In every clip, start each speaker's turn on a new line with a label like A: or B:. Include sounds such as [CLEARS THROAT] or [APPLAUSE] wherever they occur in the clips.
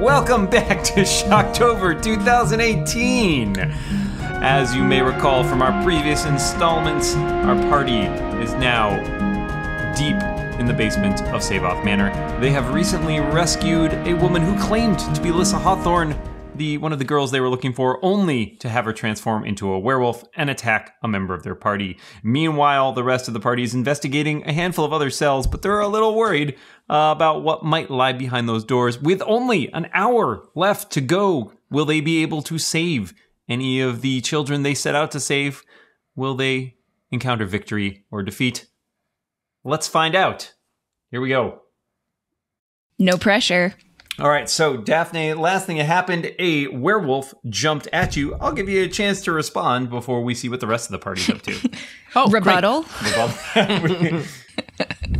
A: Welcome back to Shocktober 2018. As you may recall from our previous installments, our party is now deep in the basement of Savoth Manor. They have recently rescued a woman who claimed to be Lissa Hawthorne, the one of the girls they were looking for, only to have her transform into a werewolf and attack a member of their party. Meanwhile, the rest of the party is investigating a handful of other cells, but they're a little worried uh, about what might lie behind those doors. With only an hour left to go, will they be able to save any of the children they set out to save? Will they encounter victory or defeat? Let's find out. Here we go.
B: No pressure.
A: All right, so Daphne, last thing that happened, a werewolf jumped at you. I'll give you a chance to respond before we see what the rest of the party's up to.
C: Oh, great.
B: Rebuttal.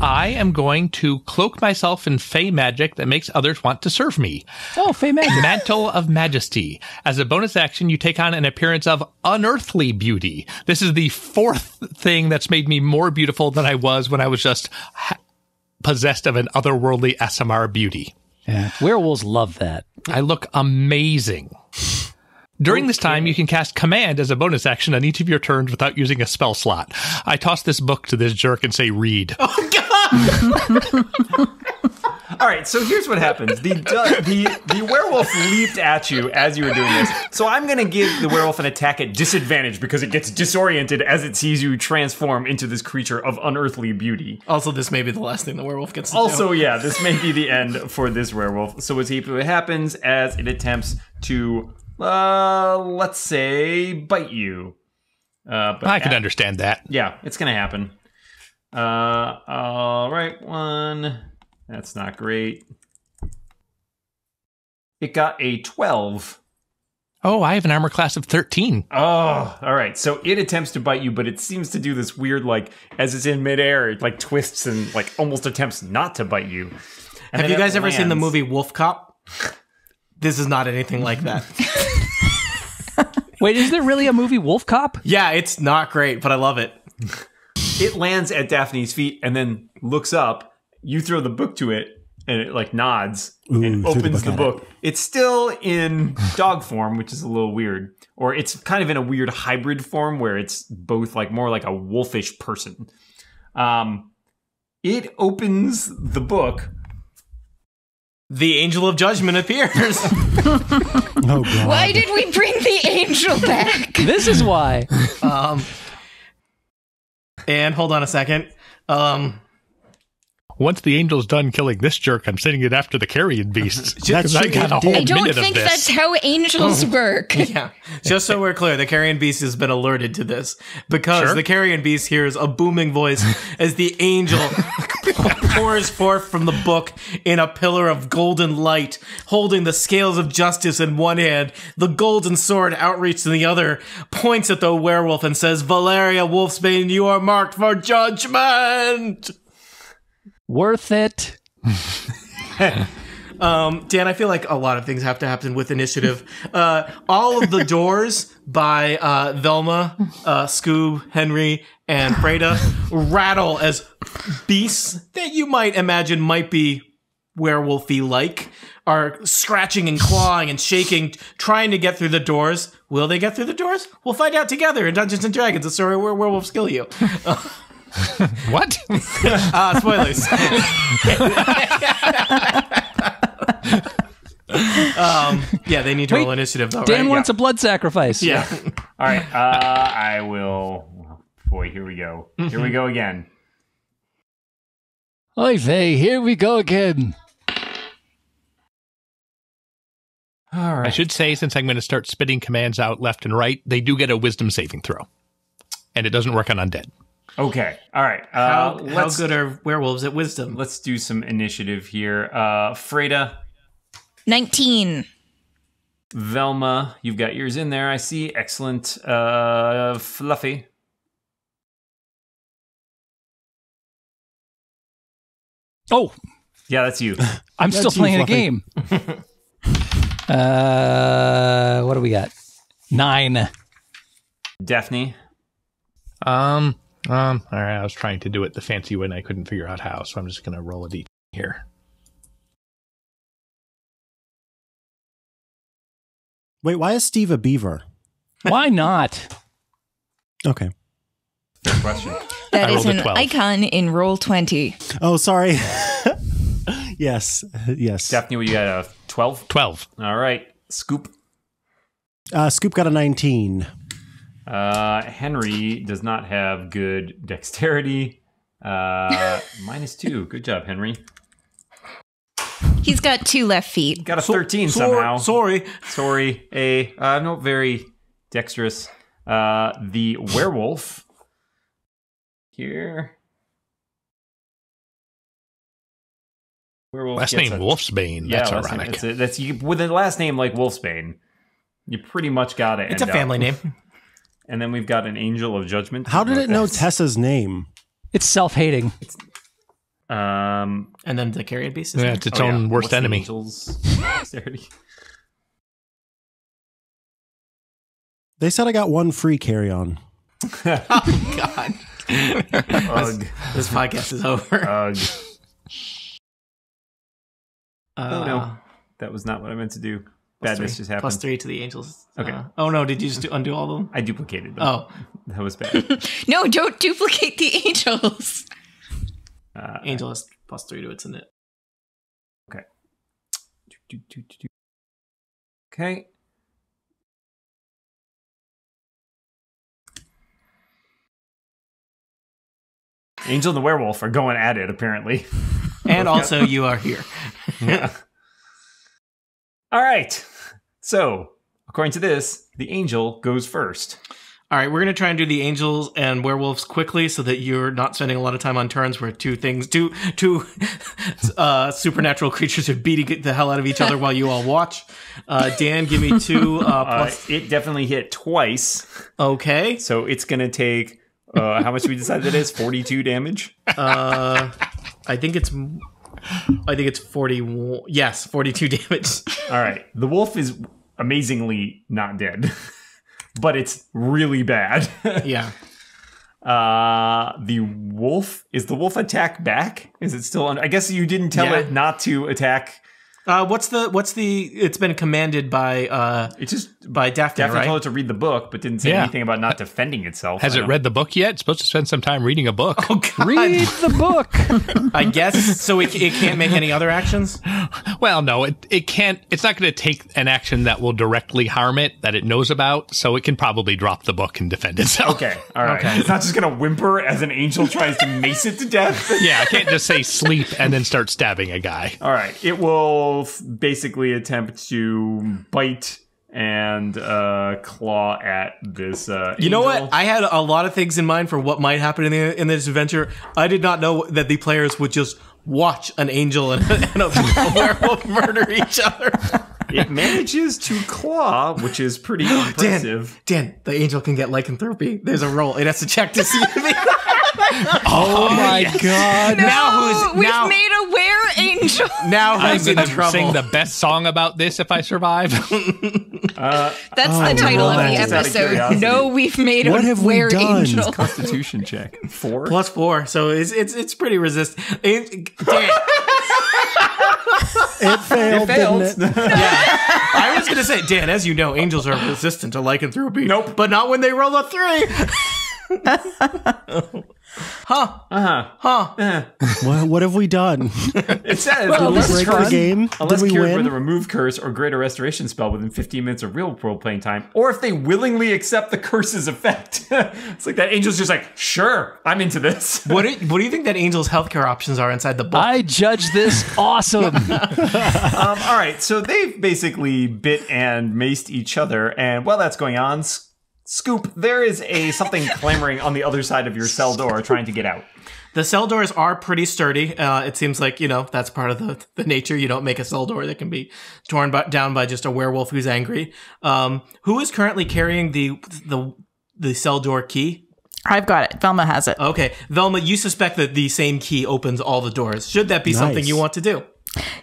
C: I am going to cloak myself in fey magic that makes others want to serve me. Oh, fey magic. Mantle of Majesty. As a bonus action, you take on an appearance of unearthly beauty. This is the fourth thing that's made me more beautiful than I was when I was just ha- possessed of an otherworldly SMR beauty.
D: Yeah. Werewolves love that.
C: I look amazing. During this time, you can cast command as a bonus action on each of your turns without using a spell slot. I toss this book to this jerk and say, read.
A: All right, so here's what happens: the du- the the werewolf leaped at you as you were doing this. So I'm going to give the werewolf an attack at disadvantage because it gets disoriented as it sees you transform into this creature of unearthly beauty.
E: Also, this may be the last thing the werewolf gets. To
A: Also,
E: do.
A: yeah, this may be the end for this werewolf. So what he- what happens as it attempts to, uh, let's say, bite you. Uh, but
C: I can
A: a-
C: understand that.
A: yeah, it's gonna happen. Uh, all right, one. That's not great. It got a twelve.
C: Oh, I have an armor class of 13.
A: Oh, all right. So it attempts to bite you, but it seems to do this weird, like as it's in midair, it like twists and like almost attempts not to bite you. And
E: Have
A: then
E: you
A: it
E: guys ever seen the
A: lands.
E: movie Wolf Cop? This is not anything like that.
D: Wait, is there really a movie Wolf Cop?
E: yeah, it's not great, but I love it.
A: It lands at Daphne's feet and then looks up. You throw the book to it, and it like nods and
F: Ooh, threw the
A: opens the
F: book
A: book.
F: at it.
A: It's still in dog form, which is a little weird, or it's kind of in a weird hybrid form where it's both like more like a wolfish person. Um, it opens the book.
E: The Angel of Judgment appears.
F: Oh god.
B: Why did we bring the
C: [LAUGHS]
B: angel back?
D: This is why.
E: um, and hold on a second. Um,
C: Once the angel's done killing this jerk, I'm sending it after the carrion
A: [LAUGHS]
C: beasts.
F: That's
C: 'Cause I
F: what
C: got
F: it
C: a whole
F: did.
B: I don't
C: minute
B: think
C: of
B: that's
C: this. Oh.
B: how angels
C: [LAUGHS]
B: work. [LAUGHS]
E: yeah. [LAUGHS] Just so we're clear, the carrion beast has been alerted to this because
C: Sure.
E: the carrion beast hears a booming voice as the angel pours forth from the book in a pillar of golden light, holding the scales of justice in one hand, the golden sword outreached in the other, points at the werewolf and says, Valeria Wolfsbane, you are marked for judgment.
D: Worth it.
E: Um, Dan, I feel like a lot of things have to happen with initiative. [LAUGHS] Uh, all of the doors by uh, Velma, uh, Scoob, Henry, and Freda rattle as beasts that you might imagine might be werewolfy like are scratching and clawing and shaking, trying to get through the doors. Will they get through the doors? We'll find out together in Dungeons and Dragons, a story where werewolves kill you.
A: [LAUGHS]
C: What?
E: [LAUGHS] Ah,
D: [LAUGHS]
E: spoilers. um, yeah, they need to roll
D: Wait,
E: initiative though,
D: Dan
E: right?
D: wants a blood sacrifice. [LAUGHS]
E: yeah.
A: All right,
E: [LAUGHS]
A: uh, I will. oh, boy, here we go. Here
E: Mm-hmm.
A: we go again.
D: Oy vey, here we go again.
E: All
C: I
E: right.
C: should say, since I'm going to start spitting commands out left and right, they do get a wisdom saving throw. And it doesn't work on undead.
A: Okay. All right. Uh,
E: How, how
A: let's
E: good are werewolves at wisdom?
A: let's do some initiative here. Uh, Freda,
B: 19.
A: Velma, you've got yours in there. I see. Excellent. Uh, Fluffy.
D: Oh,
A: Yeah, that's
E: [LAUGHS]
A: you.
D: I'm still
F: That's you,
D: playing a
F: Fluffy.
D: game. uh, what do we got? Nine.
A: Daphne.
C: Um, um, all right. I was trying to do it the fancy way and I couldn't figure out how, so I'm just going to roll a d here.
F: Wait, why is Steve a beaver?
D: Why not?
F: Okay.
G: Fair question.
B: That
C: I
B: is
C: rolled a
B: an
C: 12.
B: icon in roll 20.
F: Oh, sorry. [LAUGHS] yes. Yes.
A: Daphne, you got a 12?
C: 12.
A: All right. Scoop.
F: Uh, Scoop got a 19.
A: Uh, Henry does not have good dexterity. Uh, [LAUGHS] minus two. Good job, Henry.
B: He's got two left feet.
A: Got a 13
E: Sor-
A: somehow.
E: Sorry.
A: Sorry, a uh, not very dexterous. Uh, the werewolf here. Werewolf
C: Last
A: gets
C: name
A: a-
C: Wolfsbane.
A: Yeah,
C: That's
A: last name-
C: ironic.
A: that's, it. that's you, with a last name like Wolfsbane. You pretty much got it.
E: It's a family name.
A: And then we've got an angel of judgment.
F: How did
A: Like
F: it know
A: that.
F: Tessa's name?
D: It's self-hating.
A: Um,
E: And then the carrion beast is
C: yeah,
E: there. [LAUGHS]
C: it's its
A: oh, yeah.
C: own worst
A: What's the
C: enemy.
A: angel's dexterity?
F: They said I got one free carry on.
E: Oh, God. this, this podcast is over.
A: Ugh.
E: Uh,
A: oh, no. That was not what I meant to do.
E: plus
A: Badness
E: three.
A: just happened.
E: Plus three to the angels.
A: Okay.
E: Uh, oh no, did you just do- undo all of them?
A: I duplicated them.
E: Oh,
A: That was
E: [LAUGHS]
A: bad.
B: No, don't duplicate the angels.
A: Uh,
E: angel has plus three to its init.
A: do, do, do, do. Okay. Angel and the werewolf are going at it, apparently. [LAUGHS]
E: And also, you are here.
A: All right. So, according to this, the angel goes first.
E: All right, we're gonna try and do the angels and werewolves quickly, so that you're not spending a lot of time on turns where two things, two two [LAUGHS] uh, supernatural creatures are beating the hell out of each other while you all watch. Uh, Dan, give me two uh,
A: Uh,
E: plus.
A: it definitely hit twice,
E: Okay,
A: so it's going to take uh, how much we decided it is? 42 damage?
E: uh, I think it's. I think it's forty. Yes, forty-two [LAUGHS] damage.
A: All right. The wolf is amazingly not dead, [LAUGHS] but it's really bad. [LAUGHS]
E: Yeah.
A: Uh, the wolf is the wolf attack back? Is it still on? I guess you didn't tell
E: Yeah.
A: it not to attack.
E: Uh, what's the what's the? It's been commanded by uh
A: It just
E: by Daphne,
A: definitely
E: right?
A: told it to read the book, but didn't say
C: Yeah.
A: anything about not defending itself.
C: Has
A: I
C: it
A: don't-
C: read the book yet? It's supposed to spend some time reading a book.
E: Oh [LAUGHS] God!
D: Read the book.
E: I guess so. It, it can't make any other actions.
C: Well, no, it, it can't. It's not going to take an action that will directly harm it that it knows about, so it can probably drop the book and defend itself.
A: Okay, all right.
E: Okay.
A: It's not just gonna whimper as an angel tries to mace it to death.
C: [LAUGHS] Yeah, I can't just say sleep and then start stabbing a guy.
A: All right, it will f- basically attempt to bite and uh, claw at this. Uh,
E: You know
A: angel.
E: what? I had a lot of things in mind for what might happen in, the, in this adventure. I did not know that the players would just watch an angel and, [LAUGHS] and a, a werewolf murder each other.
A: it manages to claw, which is pretty impressive.
E: [GASPS] Dan, Dan, the angel can get lycanthropy. There's a roll. It has to check to
B: [LAUGHS]
E: see [LAUGHS] if it.
D: Oh my god.
E: now who's
B: We've
E: now
B: made a were angel.
E: now who's in
C: gonna
E: trouble?
C: sing the best song about this if I survive.
B: That's
F: Oh,
B: the title of
F: right.
B: the
A: Just out of
B: episode.
A: curiosity.
B: No, we've made
F: What
B: a
F: have we
B: were
F: done?
B: angel.
A: Constitution check. Four.
E: Plus four, so it's it's it's pretty resistant. Dan,
A: [LAUGHS]
F: It failed, didn't it?
E: I was gonna say, Dan, as you know, angels are resistant to lycanthropy. Nope, but not when they roll a three.
F: [LAUGHS] What, what have we done?
A: It says
F: Did
A: unless,
F: we break the game?
A: unless
F: Did we
A: cured with
F: win?
A: a remove curse or greater restoration spell within 15 minutes of real world playing time, or if they willingly accept the curse's effect. [LAUGHS] it's like that angel's just like, sure, I'm into this.
E: What do, you- what do you think that angel's healthcare options are inside the book?
D: I judge this awesome.
A: Um, all right, so they've basically bit and maced each other, and while that's going on, S- Scoop, there is a
B: [LAUGHS]
A: something clamoring on the other side of your cell door trying to get out.
E: the cell doors are pretty sturdy. Uh, it seems like you know that's part of the, the nature. You don't make a cell door that can be torn by, down by just a werewolf who's angry. Um, who is currently carrying the the the cell door key?
H: I've got it. Velma has it.
E: Okay, Velma, you suspect that the same key opens all the doors. Should that be something
F: Nice.
E: you want to do?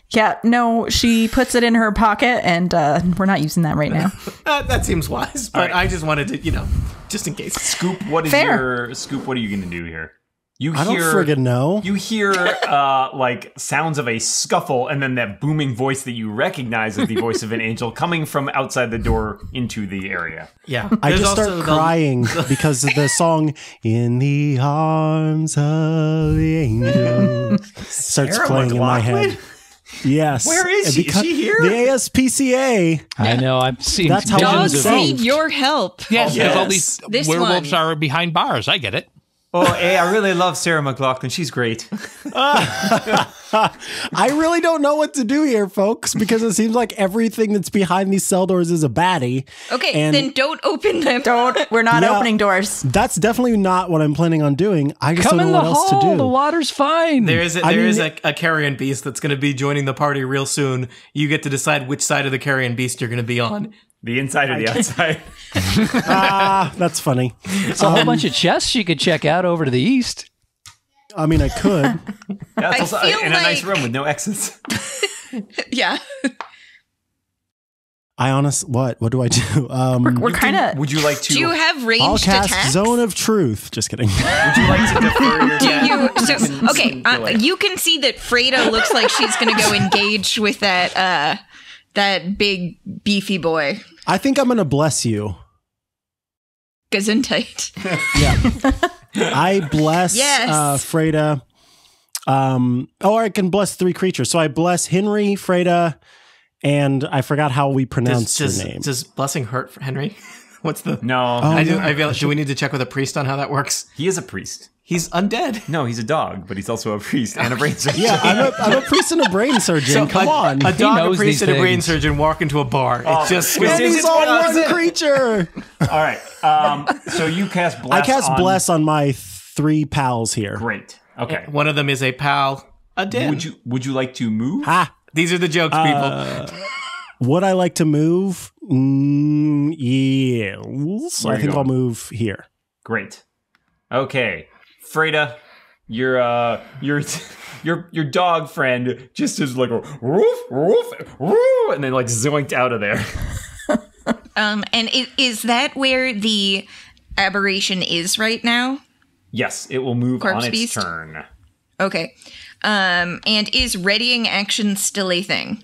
H: Yeah, no, she puts it in her pocket, and uh, we're not using that right
F: [LAUGHS]
H: now.
E: Uh, that seems wise, but I just wanted to, you know, just in case.
A: Scoop, what is
H: Fair.
A: your Scoop? What are you going to do here? You
F: I don't
A: hear
F: friggin' know.
A: You hear uh, like sounds of a scuffle, and then that booming voice that you recognize as the voice
B: [LAUGHS]
A: of an angel coming from outside the door into the area.
E: Yeah.
F: I
E: There's
F: just start
E: also the-
F: crying
A: [LAUGHS]
F: because of the song "In the Arms of the Angel" starts
A: Sarah
F: playing in my
A: McLachlan?
F: head. Yes.
A: Where is
F: And
A: she? Is
F: because-
A: she here?
F: The ASPCA.
D: I know. I've seen
F: That's how
D: visions
F: I'm
D: of
B: Dogs
F: saying.
B: need your help.
C: Oh, Yes, because all these
B: This
C: werewolves
B: one.
C: are behind bars. I get it.
A: Oh, hey, I really love Sarah McLaughlin. She's great.
F: I really don't know what to do here, folks, because it seems like everything that's behind these cell doors is a baddie.
B: Okay,
F: And-
B: then don't open them.
H: Don't. We're not
F: Yeah.
H: opening doors.
F: That's definitely not what I'm planning on doing. I just
D: Come
F: don't
D: in
F: know
D: the
F: what else to
D: hall.
F: do.
D: The water's fine.
E: There is a,
F: I
E: there
F: mean-
E: is a, a carrion beast that's going to be joining the party real soon. You get to decide which side of the carrion beast you're going to be on.
A: The inside or the outside.
F: ah, that's funny.
D: It's a whole bunch of chests she could check out over to the east.
F: I mean,
D: [LAUGHS]
F: I could.
A: That's
B: [LAUGHS] I
A: also
B: feel
A: in a nice
B: like-
A: room with no exits.
B: [LAUGHS] Yeah.
F: I honest, what? What do I do? Um,
H: We're, we're kind of.
A: Would you like to?
B: Do you have ranged
F: I'll cast
B: attacks?
F: Zone of Truth. Just kidding.
A: would you like to defer your?
B: Do you? So okay, uh, you can see that Freda looks like she's gonna go engage with that uh that big beefy boy
F: I think I'm going to bless you.
B: Gesundheit.
F: I bless
B: Yes.
F: uh, Freda. Um, oh, I can bless three creatures. So I bless Henry, Freda, and I forgot how we pronounce
E: Does,
F: her
E: does,
F: name.
E: does blessing hurt for Henry? [LAUGHS] What's the?
A: No,
E: I, do, I feel. Do we need to check with a priest on how that works?
A: he is a priest.
E: He's undead.
A: No, he's a dog, but he's also a priest and a brain surgeon. [LAUGHS]
F: yeah, I'm a, I'm a priest and a brain surgeon.
E: [LAUGHS]
F: Come
E: a,
F: on.
E: a dog, a
D: knows
E: priest,
D: these
E: and a brain
D: things.
E: surgeon walk into a bar.
A: Oh,
E: it's just
A: we
E: it's-
A: see-
F: and he's
A: it's-
F: all
A: it's-
F: one creature.
A: All right. Um, so you cast
F: I
A: bless.
F: cast
A: on-
F: bless on my three pals here.
A: Great. Okay.
E: one of them is a pal. A den.
A: Would you Would you like to move?
F: Ah,
E: These are the jokes, people.
F: would I like to move? Mm, yes.
A: Where
F: I
A: you
F: think
A: going?
F: I'll move here.
A: Great. Okay, Freda, your uh, your your your dog friend just is like woof woof woof, and then like zoinked out of there. [LAUGHS]
B: Um, and i- is that where the aberration is right now?
A: Yes, it will move
B: Corpse
A: on its
B: beast?
A: turn.
B: Okay. Um, and is readying action still a thing?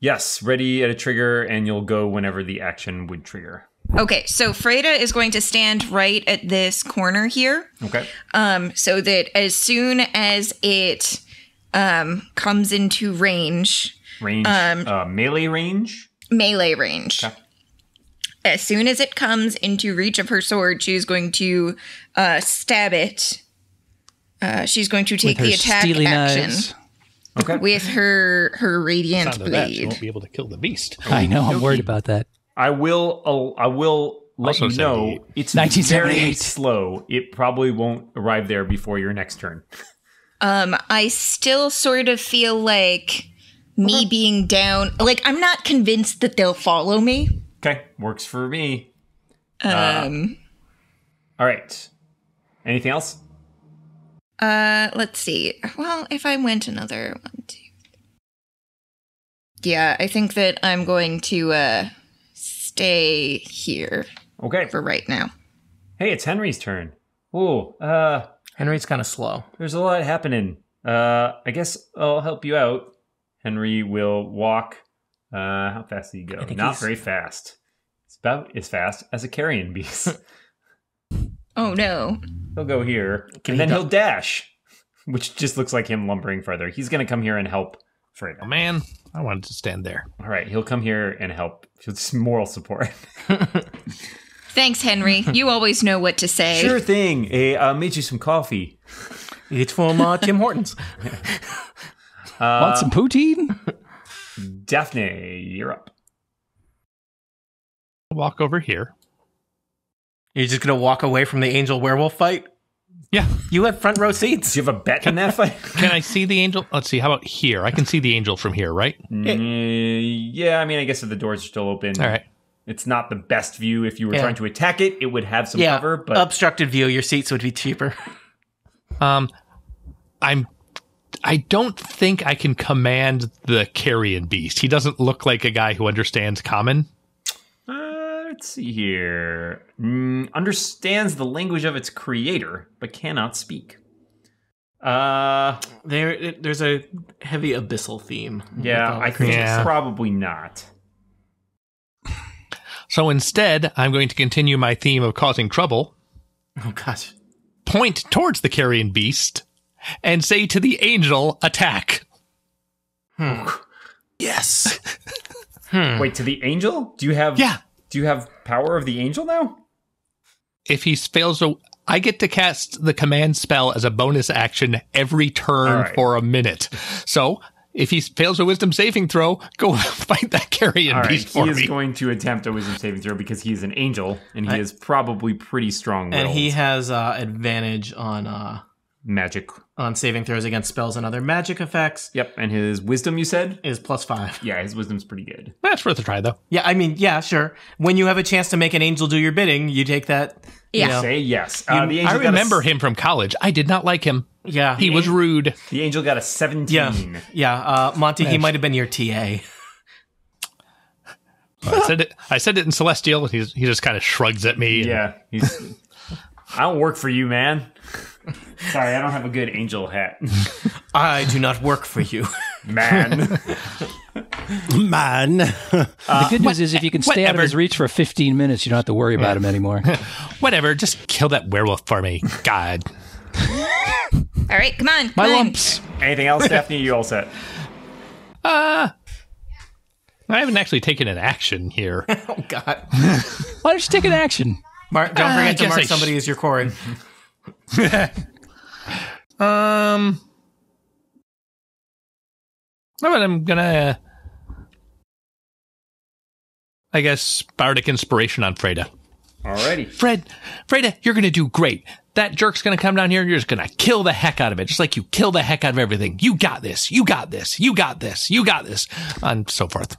A: Yes, ready at a trigger, and you'll go whenever the action would trigger.
B: Okay, so Freda is going to stand right at this corner here,
A: Okay.
B: um, so that as soon as it um, comes into range,
A: Range.
E: Um,
A: uh, melee range.
B: melee range. As soon as it comes into reach of her sword, she's going to uh, stab it. Uh, she's going to take
D: Her
B: the attack
D: steely
B: action
D: knives.
A: Okay.
B: with her her radiant
C: Sound of that, she won't
B: blade.
C: be able to kill the beast.
D: I know. I'm worried about that.
A: I will. I'll- I will let
C: Also
A: you know
C: 78.
A: it's very
D: 1978.
A: slow. It probably won't arrive there before your next turn.
B: Um, I still sort of feel like me being down, like I'm not convinced that they'll follow me.
A: Okay, works for me.
C: Uh,
B: Um,
A: All right. Anything else?
B: uh, let's see. Well, if I went another one, two. Yeah, I think that I'm going to uh stay here
A: Okay.
B: for right now.
A: Hey, it's Henry's turn. Ooh, uh,
E: Henry's kind of slow.
A: there's a lot happening. Uh, I guess I'll help you out. Henry will walk. Uh, how fast did he go? Not
E: think he's-
A: very fast. It's about as fast as a carrion beast. [LAUGHS]
B: Oh no.
A: he'll go here, and
E: he
A: then
E: do-
A: he'll dash, which just looks like him lumbering further. He's gonna come here and help Freda.
C: Oh, man, I wanted to stand there.
A: All right, he'll come here and help. It's moral support. [LAUGHS]
B: Thanks, Henry. You always know what to say.
A: Sure thing. Hey, I'll make you some coffee.
E: It's from uh, Tim Hortons. [LAUGHS]
D: Want some poutine?
A: Daphne, you're up.
C: Walk over here.
E: You're just gonna walk away from the angel werewolf fight.
C: Yeah.
E: You have front row seats.
A: Do you have a bet in that fight?
C: Can I see the angel? Let's see. How about here? I can see the angel from here, right?
A: Hmm. Mm, yeah, I mean, I guess if the doors are still open,
C: All right.
A: it's not the best view. If you were
E: Yeah.
A: trying to attack it, it would have some
E: Yeah,
A: cover, but
E: obstructed view. Your seats would be [LAUGHS] cheaper.
C: Um, I'm. I don't think I can command the carrion beast. He doesn't look like a guy who understands common.
A: uh, let's see here. Mm, understands the language of its creator, but cannot speak. Uh,
E: There, there's a heavy abyssal theme.
A: yeah, I think
C: Yeah.
A: probably not.
C: So instead, I'm going to continue my theme of causing trouble,
E: Oh gosh.
C: point towards the carrion beast, and say to the angel, attack.
E: Yes.
A: Wait, to the angel? Do you have?
C: Hmm. Yeah.
A: Do you have power of the angel now?
C: If he fails to, I get to cast the command spell as a bonus action every turn
A: All right.
C: for a minute. So if he fails a wisdom saving throw, go [LAUGHS] fight that carrion
A: All right,
C: beast
A: he
C: for
A: is
C: me.
A: going to attempt a wisdom saving throw because he is an angel and he is probably pretty strong.
E: and he has uh, advantage on uh,
A: magic.
E: on saving throws against spells and other magic effects.
A: Yep, and his wisdom. You said?
E: Is plus five.
A: Yeah, his wisdom's pretty good.
C: That's worth a try, though.
E: Yeah, I mean, yeah, sure. When you have a chance to make an angel do your bidding, you take that. you
B: Yeah.
E: know.
A: Say yes. Uh, the angel
C: Oh. I
A: got a
C: remember
A: s-
C: him from college. I did not like him.
E: yeah,
C: He was rude.
A: The angel got a seventeen.
E: Yeah, yeah. Uh, Monty, he might have been your TA.
C: I said it. I said it in Celestial. and He's, he just kind of shrugs at me. and-
A: Yeah, he's. I don't work for you, man. Sorry, I don't have a good angel hat,
E: I do not work for you.
A: [LAUGHS]
E: [LAUGHS]
A: man.
F: Man.
D: the good news is if you can stay out
C: whatever.
D: of his reach for 15 minutes, you don't have to worry about him anymore.
C: Whatever. Just kill that werewolf for me.
A: [LAUGHS]
C: God.
B: All right, come on. Come
C: My
B: on.
C: lumps.
A: Anything else, Stephanie? You all set?
C: Uh, I haven't actually taken an action here.
E: oh God,
D: Why don't you take an action?
E: Mark, don't
C: I
E: forget to
C: guess
E: mark
C: I sh-
E: somebody as your quarry.
C: [LAUGHS] um. All right, I'm gonna. I guess bardic inspiration on Freda.
A: Alrighty.
C: Fred, Freda, you're gonna do great. That jerk's gonna come down here and you're just gonna kill the heck out of it, just like you kill the heck out of everything. You got this. You got this. You got this. You got this, and so forth.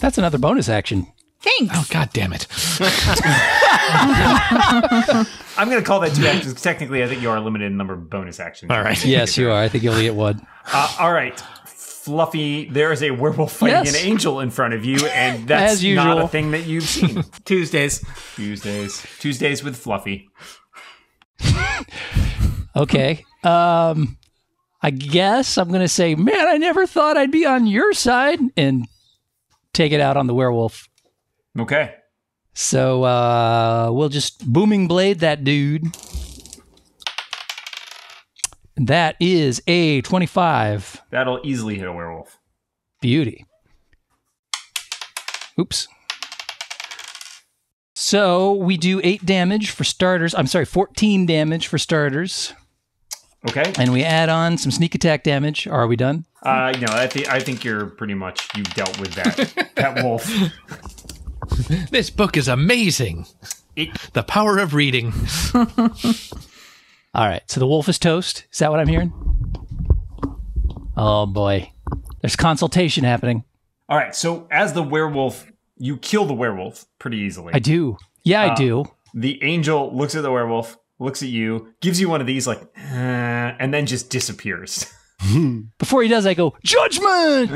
D: That's another bonus action.
B: Thanks.
C: Oh God damn it!
A: I'm gonna call that two actions. 'cause Technically, I think you are limited in number of bonus actions.
C: All right.
D: Yes, you are. I think you only get one.
A: Uh, all right. Fluffy, there is a werewolf fighting
D: Yes.
A: an angel in front of you, and that's
D: As
A: not a
D: usual.
A: thing that you've
D: [LAUGHS]
A: seen.
E: Tuesdays.
A: Tuesdays, Tuesdays with Fluffy.
D: Okay. Um, I guess I'm going to say, man, I never thought I'd be on your side and take it out on the werewolf.
A: Okay.
D: So uh, we'll just booming blade that dude. That is a 25
A: That'll easily hit a werewolf.
D: beauty. Oops. So we do eight damage for starters. I'm sorry, 14 damage for starters.
A: Okay.
D: And we add on some sneak attack damage. Are we done?
A: Uh, no, I, thi- I think you're pretty much you dealt with
D: [LAUGHS]
A: that that wolf.
C: This book is amazing. the power of reading.
D: All right. So the wolf is toast. Is that what I'm hearing? Oh boy. There's consultation happening.
A: All right. So as the werewolf, you kill the werewolf pretty easily.
D: I do. Yeah, I do.
A: the angel looks at the werewolf, looks at you, gives you one of these, like, "Uh," and then just disappears. [LAUGHS]
D: Before he does, I go, Judgment!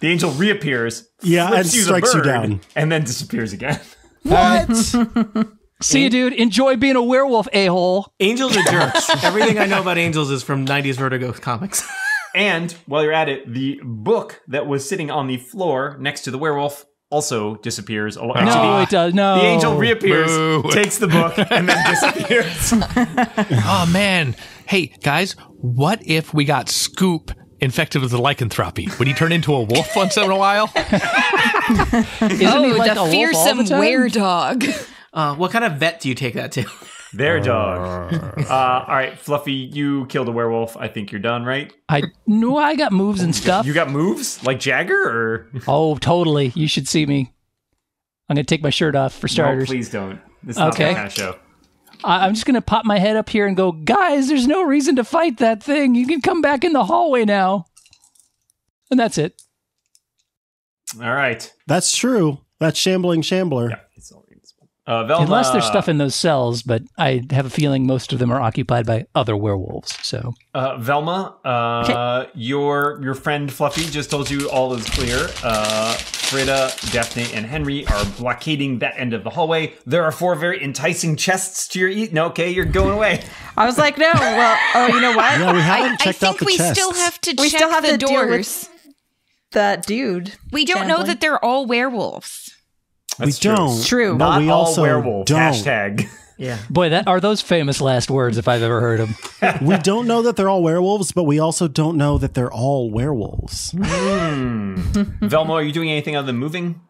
A: The angel reappears,
F: Yeah,
A: flips
F: and
A: you the
F: strikes you
A: bird,
F: down.
A: and then disappears again. [LAUGHS]
F: What?
D: See you, dude. Enjoy being a werewolf, a hole.
E: Angels are
F: [LAUGHS]
E: jerks. Everything I know about angels is from '90s Vertigo comics. [LAUGHS]
A: And while you're at it, the book that was sitting on the floor next to the werewolf also disappears. No,
D: No, it does. No.
A: The angel reappears, [LAUGHS]
C: Boo.
A: takes the book, and then disappears.
C: Oh man. Hey guys, what if we got Scoop infected with lycanthropy? Would he turn into a wolf once in a while?
D: Isn't he
B: Oh,
D: like a
B: the
D: wolf all
B: fearsome
D: the time?
B: were dog.
E: Uh, what kind of vet do you take that to?
A: Their dog. Uh, all right, Fluffy, you killed a werewolf. I think you're done, right?
D: I no, I got moves and stuff.
A: Oh, You got moves like Jagger, or
D: Oh, totally. You should see me. I'm gonna take my shirt off for
A: no?
D: starters.
A: Please don't. This is not
D: Okay.
A: that kind of show.
D: I- I'm just gonna pop my head up here and go, guys. There's no reason to fight that thing. You can come back in the hallway now. And that's it.
A: All right.
F: That's true. That's shambling shambler.
A: It's all Uh, Velma,
D: Unless there's stuff in those cells, but I have a feeling most of them are occupied by other werewolves. So
A: Uh, Velma, uh, your your friend Fluffy just told you all is clear. Uh, Frida, Daphne, and Henry are blockading that end of the hallway. There are four very enticing chests to your eat. No, okay, you're going away.
H: I was like, no. Well, oh, you know what?
F: Yeah, we haven't
B: I
F: checked
B: think
F: out the
B: we
F: chests.
B: still have to
H: We
B: check
H: still have
B: the
H: to deal with-
B: doors.
H: that dude.
B: We don't know
H: Gambling.
B: that they're all werewolves.
F: we
A: That's true.
F: don't.
H: It's true.
F: but
A: Not
F: we
A: all
F: also
A: werewolves.
F: don't.
A: Hashtag.
D: boy, that are those famous last words if I've ever heard them.
F: We don't know that they're all werewolves, but we also don't know that they're all werewolves.
A: Velma, are you doing anything other than moving?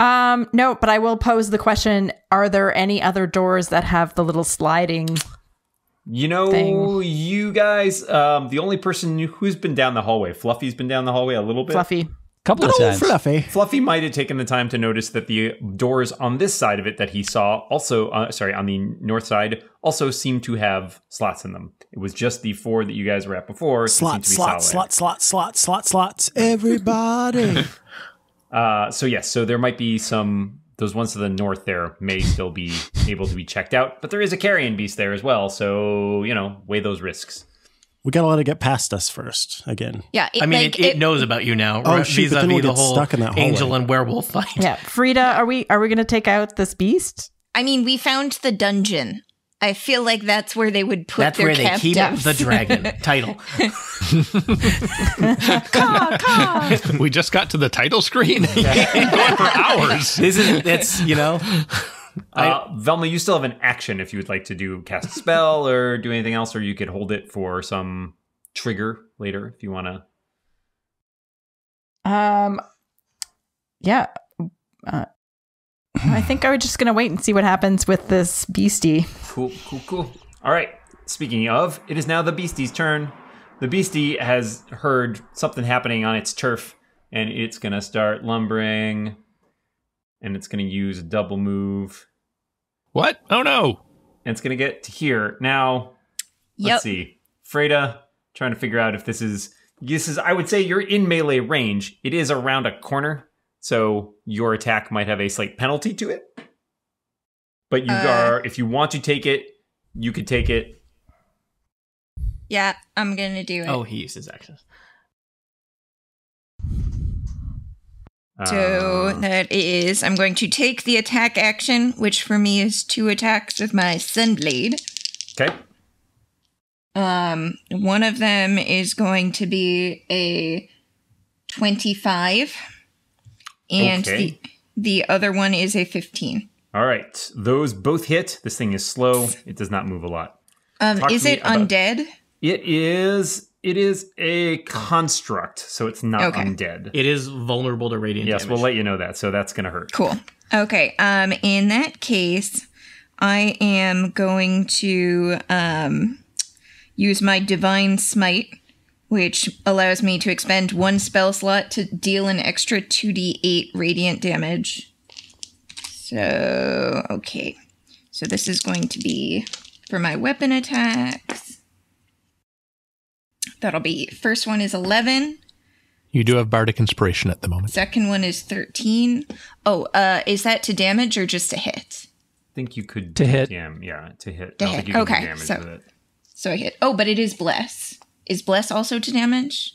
H: Um, no, but I will pose the question: Are there any other doors that have the little sliding?
A: You know,
H: Thing.
A: you guys. Um, the only person who's been down the hallway, Fluffy's been down the hallway a little bit.
H: Fluffy.
D: couple of
F: Oh,
D: times.
F: fluffy.
A: Fluffy might have taken the time to notice that the doors on this side of it that he saw also, uh, sorry, on the north side also seemed to have slots in them. It was just the four that you guys were at before. that seemed
F: Slot,
A: to be solid.
F: slot, slot, slot, slot, slot, slots.
A: [LAUGHS]
F: Everybody.
A: Uh, so yes, so there might be some. Those ones to the north there may still be able to be checked out, but there is a carrion beast there as well. So you know, weigh those risks.
F: we gotta let it get past us first. Again,
B: Yeah,
E: I mean, it, it, knows about you now.
F: Oh,
E: right?
F: shoot, but then we'll
E: Vis-a-vis the
F: get
E: whole
F: stuck in that hallway.
E: angel and werewolf fight.
H: Yeah, Frida. Are we are we going to take out this beast?
B: I mean, we found the dungeon. I feel like that's where they would put
E: That's
B: their
E: where they keep
B: captives. [LAUGHS]
E: the dragon title.
C: we just got to the title screen. [LAUGHS] you keep going for hours.
E: This is it's you know
A: Uh, Velma, you still have an action if you would like to do cast [LAUGHS] a spell or do anything else, or you could hold it for some trigger later if you want to.
H: Um, yeah. Uh, I think I was just going to wait and see what happens with this beastie.
A: Cool, cool, cool. All right. Speaking of, it is now the beastie's turn. The beastie has heard something happening on its turf, and it's gonna start lumbering, and it's gonna use a double move,
C: What? Oh no.
A: and it's gonna get to here. Now,
B: Yep.
A: let's see. Freda trying to figure out if this is this is. I would say you're in melee range. It is around a corner, so your attack might have a slight penalty to it. But you
B: Uh.
A: are if you want to take it, you could take it.
B: Yeah, I'm gonna do it.
E: Oh, he uses action.
B: So
A: Uh,
B: that is, I'm going to take the attack action, which for me is two attacks with my sun blade.
A: okay.
B: Um, one of them is going to be a 25, and
A: Okay.
B: the the other one is a 15.
A: All right. Those both hit. This thing is slow. It does not move a lot.
B: Um,
A: Talk
B: is
A: to me
B: it
A: about-
B: undead?
A: It is. It is a construct, so it's not
B: Okay.
A: undead.
E: It is vulnerable to radiant
A: yes,
E: damage.
A: we'll let you know that. So that's gonna hurt.
B: Cool. Okay. Um, in that case, I am going to um, use my divine smite, which allows me to expend one spell slot to deal an extra two d eight radiant damage. So okay, so this is going to be for my weapon attacks. That'll be first one is eleven.
C: You do have bardic inspiration at the moment.
B: Second one is 13. Oh, uh, is that to damage or just to hit?
A: I think you could
D: To hit.
A: Damn, yeah, to hit.
B: To
A: I don't
B: hit.
A: think you can
B: Okay,
A: do damage
B: so-
A: with it.
B: So I hit. Oh, but it is bless. Is bless also to damage?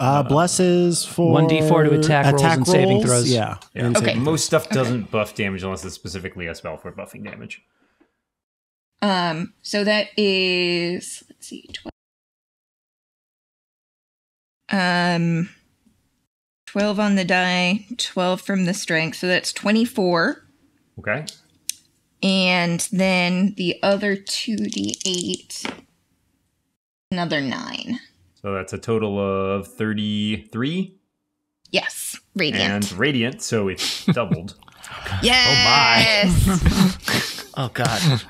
F: Uh, blesses for
D: 1d4 to attack rolls and saving
F: rolls.
D: throws.
F: Yeah.
A: Yeah.
F: And
B: Okay.
F: saving-
A: Most stuff doesn't buff damage unless it's specifically a spell for buffing damage.
B: Um, so that is let's see, 12. Um 12 on the die, 12 from the strength. So that's 24.
A: Okay.
B: And then the other 2d8 another 9.
A: So that's a total of thirty-three.
B: Yes, radiant.
A: and radiant, so it's
B: [LAUGHS]
A: doubled.
B: Yes. Oh my.
E: Oh god.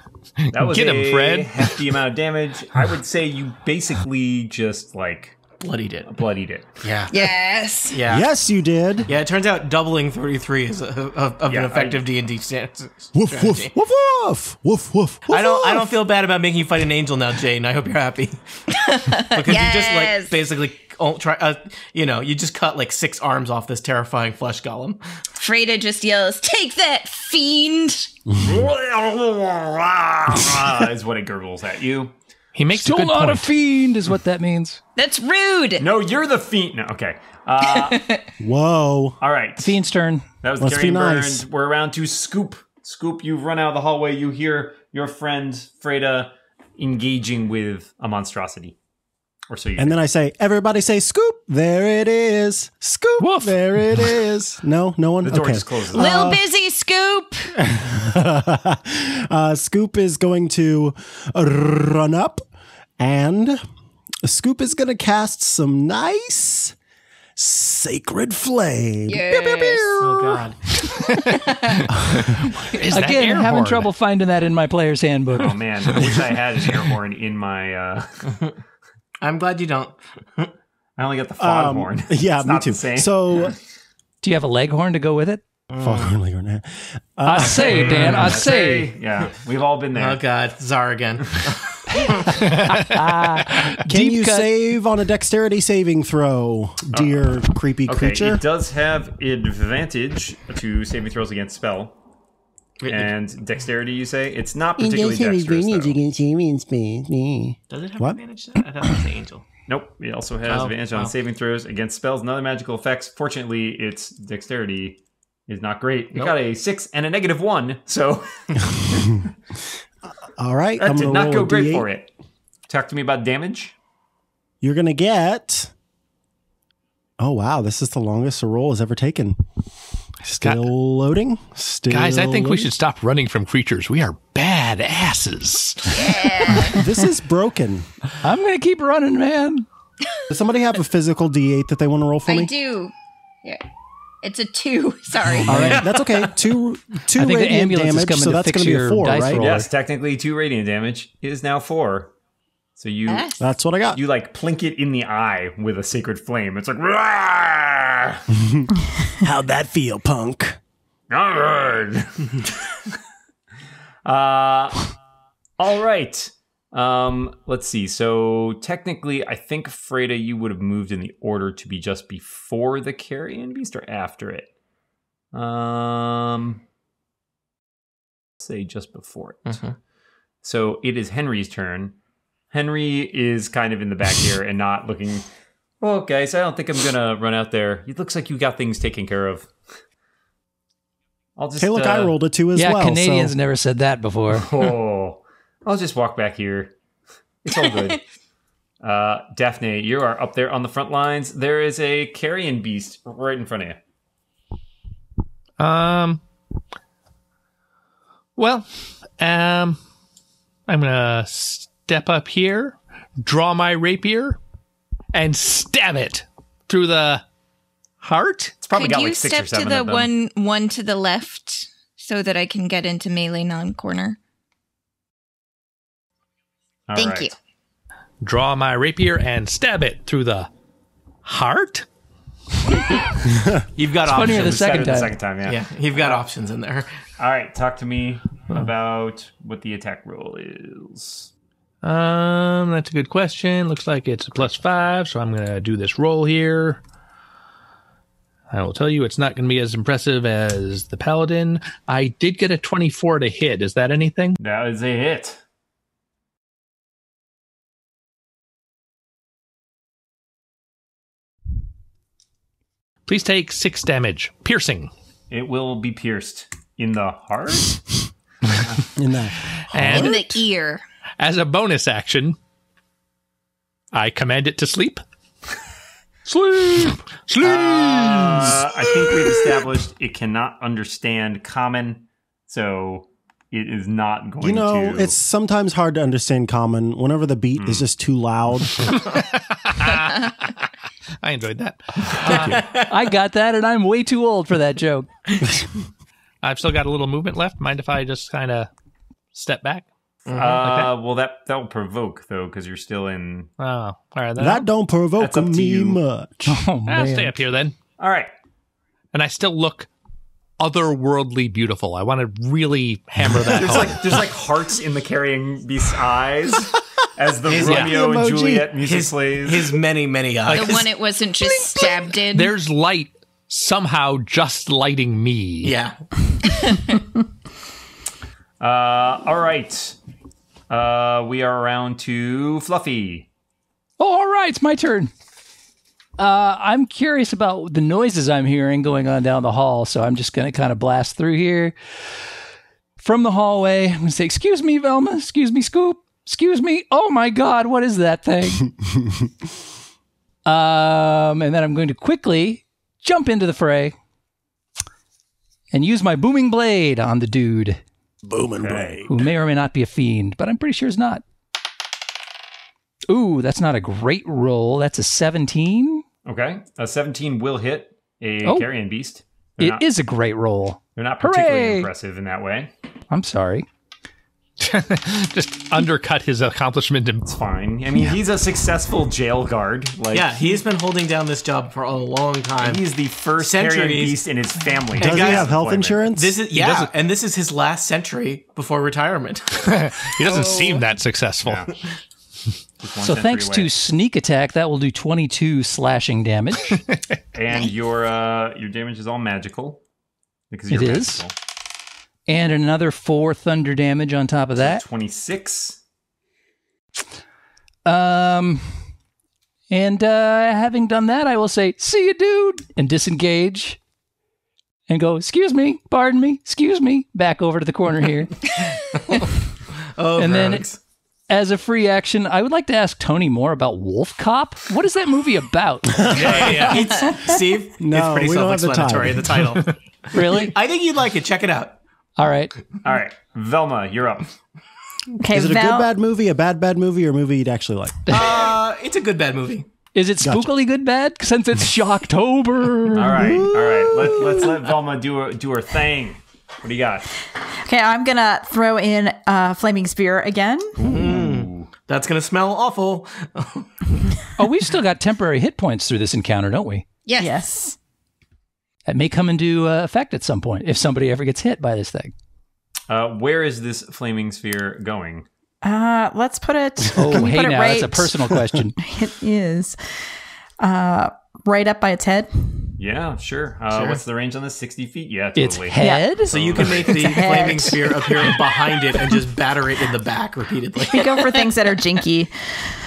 A: That was
C: Get
A: a
C: 'em, Fred.
A: hefty amount of damage. I would say you basically just like
E: Bloodied it.
A: bloodied it. [LAUGHS]
E: Yeah.
B: yes.
E: Yeah.
F: Yes, you did.
E: Yeah, it turns out doubling 33 is a, of, of
A: Yeah,
E: an
A: I-
E: effective D&D standard.
F: Woof, woof, woof, woof, woof, woof.
E: I don't I don't
F: woof.
B: [LAUGHS]
E: feel bad about making you fight an angel now, Jane. I hope you're happy. because you just like
B: Yes.
E: basically oh, try, uh, you know, you just cut like six arms off this terrifying flesh golem.
B: Freda just yells, Take that, fiend!
A: Ah, is what it gurgles at you.
C: He makes a
D: Still
C: good
D: not
C: point.
D: a fiend, is what that means.
B: That's rude!
A: No, you're the fiend. No, okay. Uh,
F: Whoa.
A: all right.
D: Fiend's turn.
A: That was
F: Let's
A: Gary
F: be
A: Burns.
F: nice.
A: We're around to Scoop. Scoop, you've run out of the hallway. You hear your friend Freda engaging with a monstrosity. Or so you
F: And then I say, everybody say scoop. There it is. Scoop.
C: Woof.
D: [LAUGHS]
F: There it is. No, no one.
A: the door
F: okay.
A: just closes.
B: Lil Busy Scoop!
F: [LAUGHS] uh, Scoop is going to run up, and Scoop is going to cast some nice sacred flame.
E: Oh God!
C: Is that
D: Again,
C: air
D: having
C: horn? [LAUGHS]
D: trouble [LAUGHS] finding that in my player's handbook.
A: Oh man, I wish I had an air horn in my. Uh, [LAUGHS]
E: I'm glad you don't.
A: I only got the fog
F: Um, [LAUGHS]
A: horn.
F: Yeah,
A: It's
F: me
A: not the
F: too.
A: same.
F: So,
D: Do you have a leghorn to go with it?
F: [LAUGHS] Foghorn Leghorn. Uh,
C: Uh,
D: I say, Dan, I say.
A: yeah, we've all been there.
E: Oh God, Czar
A: [LAUGHS]
E: again.
C: Ah.
D: [LAUGHS]
F: Can
D: Deep
F: you
D: cut.
F: save on a dexterity saving throw, dear creepy
A: Okay,
F: creature?
A: it does have advantage to saving throws against spell and dexterity. You say it's not particularly dexterous. Though.
E: Does it have
F: What?
E: advantage? I thought it was the angel.
A: Nope. It also has
E: Oh,
A: advantage on
E: wow.
A: saving throws against spells and other magical effects. Fortunately, its dexterity is not great. It got a six and a negative one, so [LAUGHS]
F: All right.
A: that
F: I'm
A: did
F: gonna
A: not go
F: roll a
A: great
F: D8.
A: for it. Talk to me about damage.
F: You're going to get. Oh, wow. This is the longest a roll has ever taken. Still loading. Still
C: Guys, I think we
F: loading.
C: should stop running from creatures. We are bad asses.
F: This is broken.
D: I'm going to keep running, man.
F: Does somebody have a physical D8 that they want to roll for
B: I
F: me?
B: do. Yeah. It's a two. [LAUGHS] Sorry.
A: Uh,
F: All right, that's okay. Two, two
D: I think the
F: radiant
D: ambulance is
F: damage,
D: coming
F: so
D: to
F: that's
D: fix
F: going to be a
D: your
F: four,
D: dice
F: right?
D: roll.
A: Yes, technically two radiant damage is now four. So you
B: Yes.
F: That's what I got.
A: you like plink it in the eye with a sacred flame. It's like "Rawr! [LAUGHS]
F: How'd that feel, punk?
A: Rawr!" uh, all right. Um, let's see. So technically, I think Freda, you would have moved in the order to be just before the carrion beast or after it. Um, say just before it.
F: Mm-hmm.
A: So it is Henry's turn. Henry is kind of in the back here and not looking. Well, guys, I don't think I'm gonna run out there. It looks like you got things taken care of. I'll just
F: Hey, look,
A: uh,
F: I rolled a two as
D: yeah,
F: well.
D: Canadians
F: so-
D: never said that before.
A: [LAUGHS] Oh, I'll just walk back here. It's all
B: [LAUGHS]
A: good. uh, Daphne, you are up there on the front lines. There is a carrion beast right in front of you.
C: Um. Well, um, I'm gonna step up here, draw my rapier, and stab it through the heart.
A: It's probably
B: Could
A: got
B: you
A: like six
B: step
A: or seven
B: to the
A: of them.
B: one one to the left so that I can get into melee non corner?
A: All
B: Thank
A: right.
B: you.
C: Draw my rapier and stab it through the heart.
E: [LAUGHS] You've got
D: funnier
E: options.
D: the second
A: Better the
D: time.
A: second time, yeah.
E: yeah, you've got options in there.
A: All right, talk to me about what the attack roll is.
C: Um, that's a good question. Looks like it's a plus five, so I'm gonna do this roll here. I will tell you, it's not gonna be as impressive as the paladin. I did get a 24 to hit. Is that anything?
A: That is a hit.
C: Please take six damage, piercing,
A: It will be pierced in the heart.
F: in the
B: In
C: and
B: the ear.
C: as a bonus action, I command it to sleep. sleep, sleep.
A: Uh, I think we've established it cannot understand common, so it is not going
F: You know,
A: to.
F: it's sometimes hard to understand common whenever the beat is just too loud.
C: I enjoyed that.
D: I got that, and I'm way too old for that joke.
C: I've still got a little movement left. Mind if I just kind of step back?
D: Mm-hmm.
A: Uh, well, that that will provoke though, because you're still in.
C: Oh, all right. then.
F: that don't provoke
A: That's up to
F: me
A: you.
F: much.
D: Oh,
C: I'll
D: man.
C: stay up here then.
A: All right,
C: And I still look otherworldly beautiful. I want to really hammer that
A: there's
C: home.
A: like there's like hearts in the carrying beast's eyes. as the
E: His-
A: Romeo
F: Emoji.
A: and Juliet music
E: His,
A: plays.
E: his many, many
B: The
E: eyes.
B: one it wasn't just stabbed in.
C: There's light somehow just lighting me.
E: yeah.
A: uh, all right. Uh, we are around to Fluffy.
D: Oh, all right, it's my turn. Uh, I'm curious about the noises I'm hearing going on down the hall, so I'm just going to kind of blast through here. From the hallway, I'm going to say, Excuse me, Velma. Excuse me, Scoop. Excuse me. Oh my God, what is that thing? um, and then I'm going to quickly jump into the fray and use my booming blade on the dude
F: Booming blade.
D: who may or may not be a fiend, but I'm pretty sure is not. Ooh, that's not a great roll. That's a 17.
A: Okay. A 17 will hit a
D: Oh.
A: carrion beast.
D: It
A: They're
D: is
A: not,
D: a great roll.
A: They're not particularly
D: Hooray!
A: impressive in that way.
D: I'm sorry.
C: [LAUGHS] just undercut his accomplishment and
A: It's fine. I mean, he's a successful jail guard. Like,
E: Yeah, he's been holding down this job for a long time.
A: he's the first carrion
E: Centuries.
A: beast in his family.
E: Does
F: Does
E: guys-
F: he have health insurance?
E: This is yeah, and this is his last century before retirement.
C: he doesn't seem that successful.
D: So thanks to sneak attack, that will do 22 slashing damage.
A: and your uh, your damage is all magical because
D: It
A: you're
D: is.
A: magical.
D: and another 4 thunder damage on top of that.
A: Twenty six.
D: Um and uh having done that, I will say, "See you, dude," and disengage and go, "Excuse me, pardon me. Excuse me." Back over to the corner here.
E: Oh,
D: And then-
E: Veronic's.
D: as a free action, I would like to ask Tony more about Wolf Cop. What is that movie about?
E: it's,
F: [LAUGHS]
E: Steve, it's
F: No,
E: pretty
F: we don't have the
E: self-explanatory.
F: time.
E: The
F: [LAUGHS]
E: title.
D: really?
E: I think you'd like it. Check it out.
D: All right.
A: All right, Velma, you're
D: [LAUGHS]
A: up.
H: Okay,
F: Is it a
H: Val-
F: good bad movie, a bad bad movie, or a movie you'd actually like?
E: Uh, it's a good bad movie.
D: Is it spookily good bad? Since it's
A: [LAUGHS]
D: Shocktober.
A: All right, all right. Let, let's let Velma do her do her thing. What do you got?
H: Okay, I'm gonna throw in uh, flaming spear again.
E: That's gonna smell awful.
D: Oh, we've still got temporary hit points through this encounter, don't we?
B: yes.
H: Yes.
D: That may come into uh, effect at some point if somebody ever gets hit by this thing.
A: Uh, where is this flaming sphere going?
H: Uh, let's put it.
D: Oh,
H: can we
D: hey
H: put
D: now,
H: it right?
D: that's a personal question.
H: It is uh, right up by its head.
A: Yeah, sure. Uh, What's the range on this? Sixty feet? Yeah,
D: it's
A: totally.
D: head.
E: So you
A: [LAUGHS]
E: can make the
H: head.
E: flaming sphere appear behind it and just batter it in the
A: [LAUGHS]
E: back repeatedly.
H: We go for things that are jinky.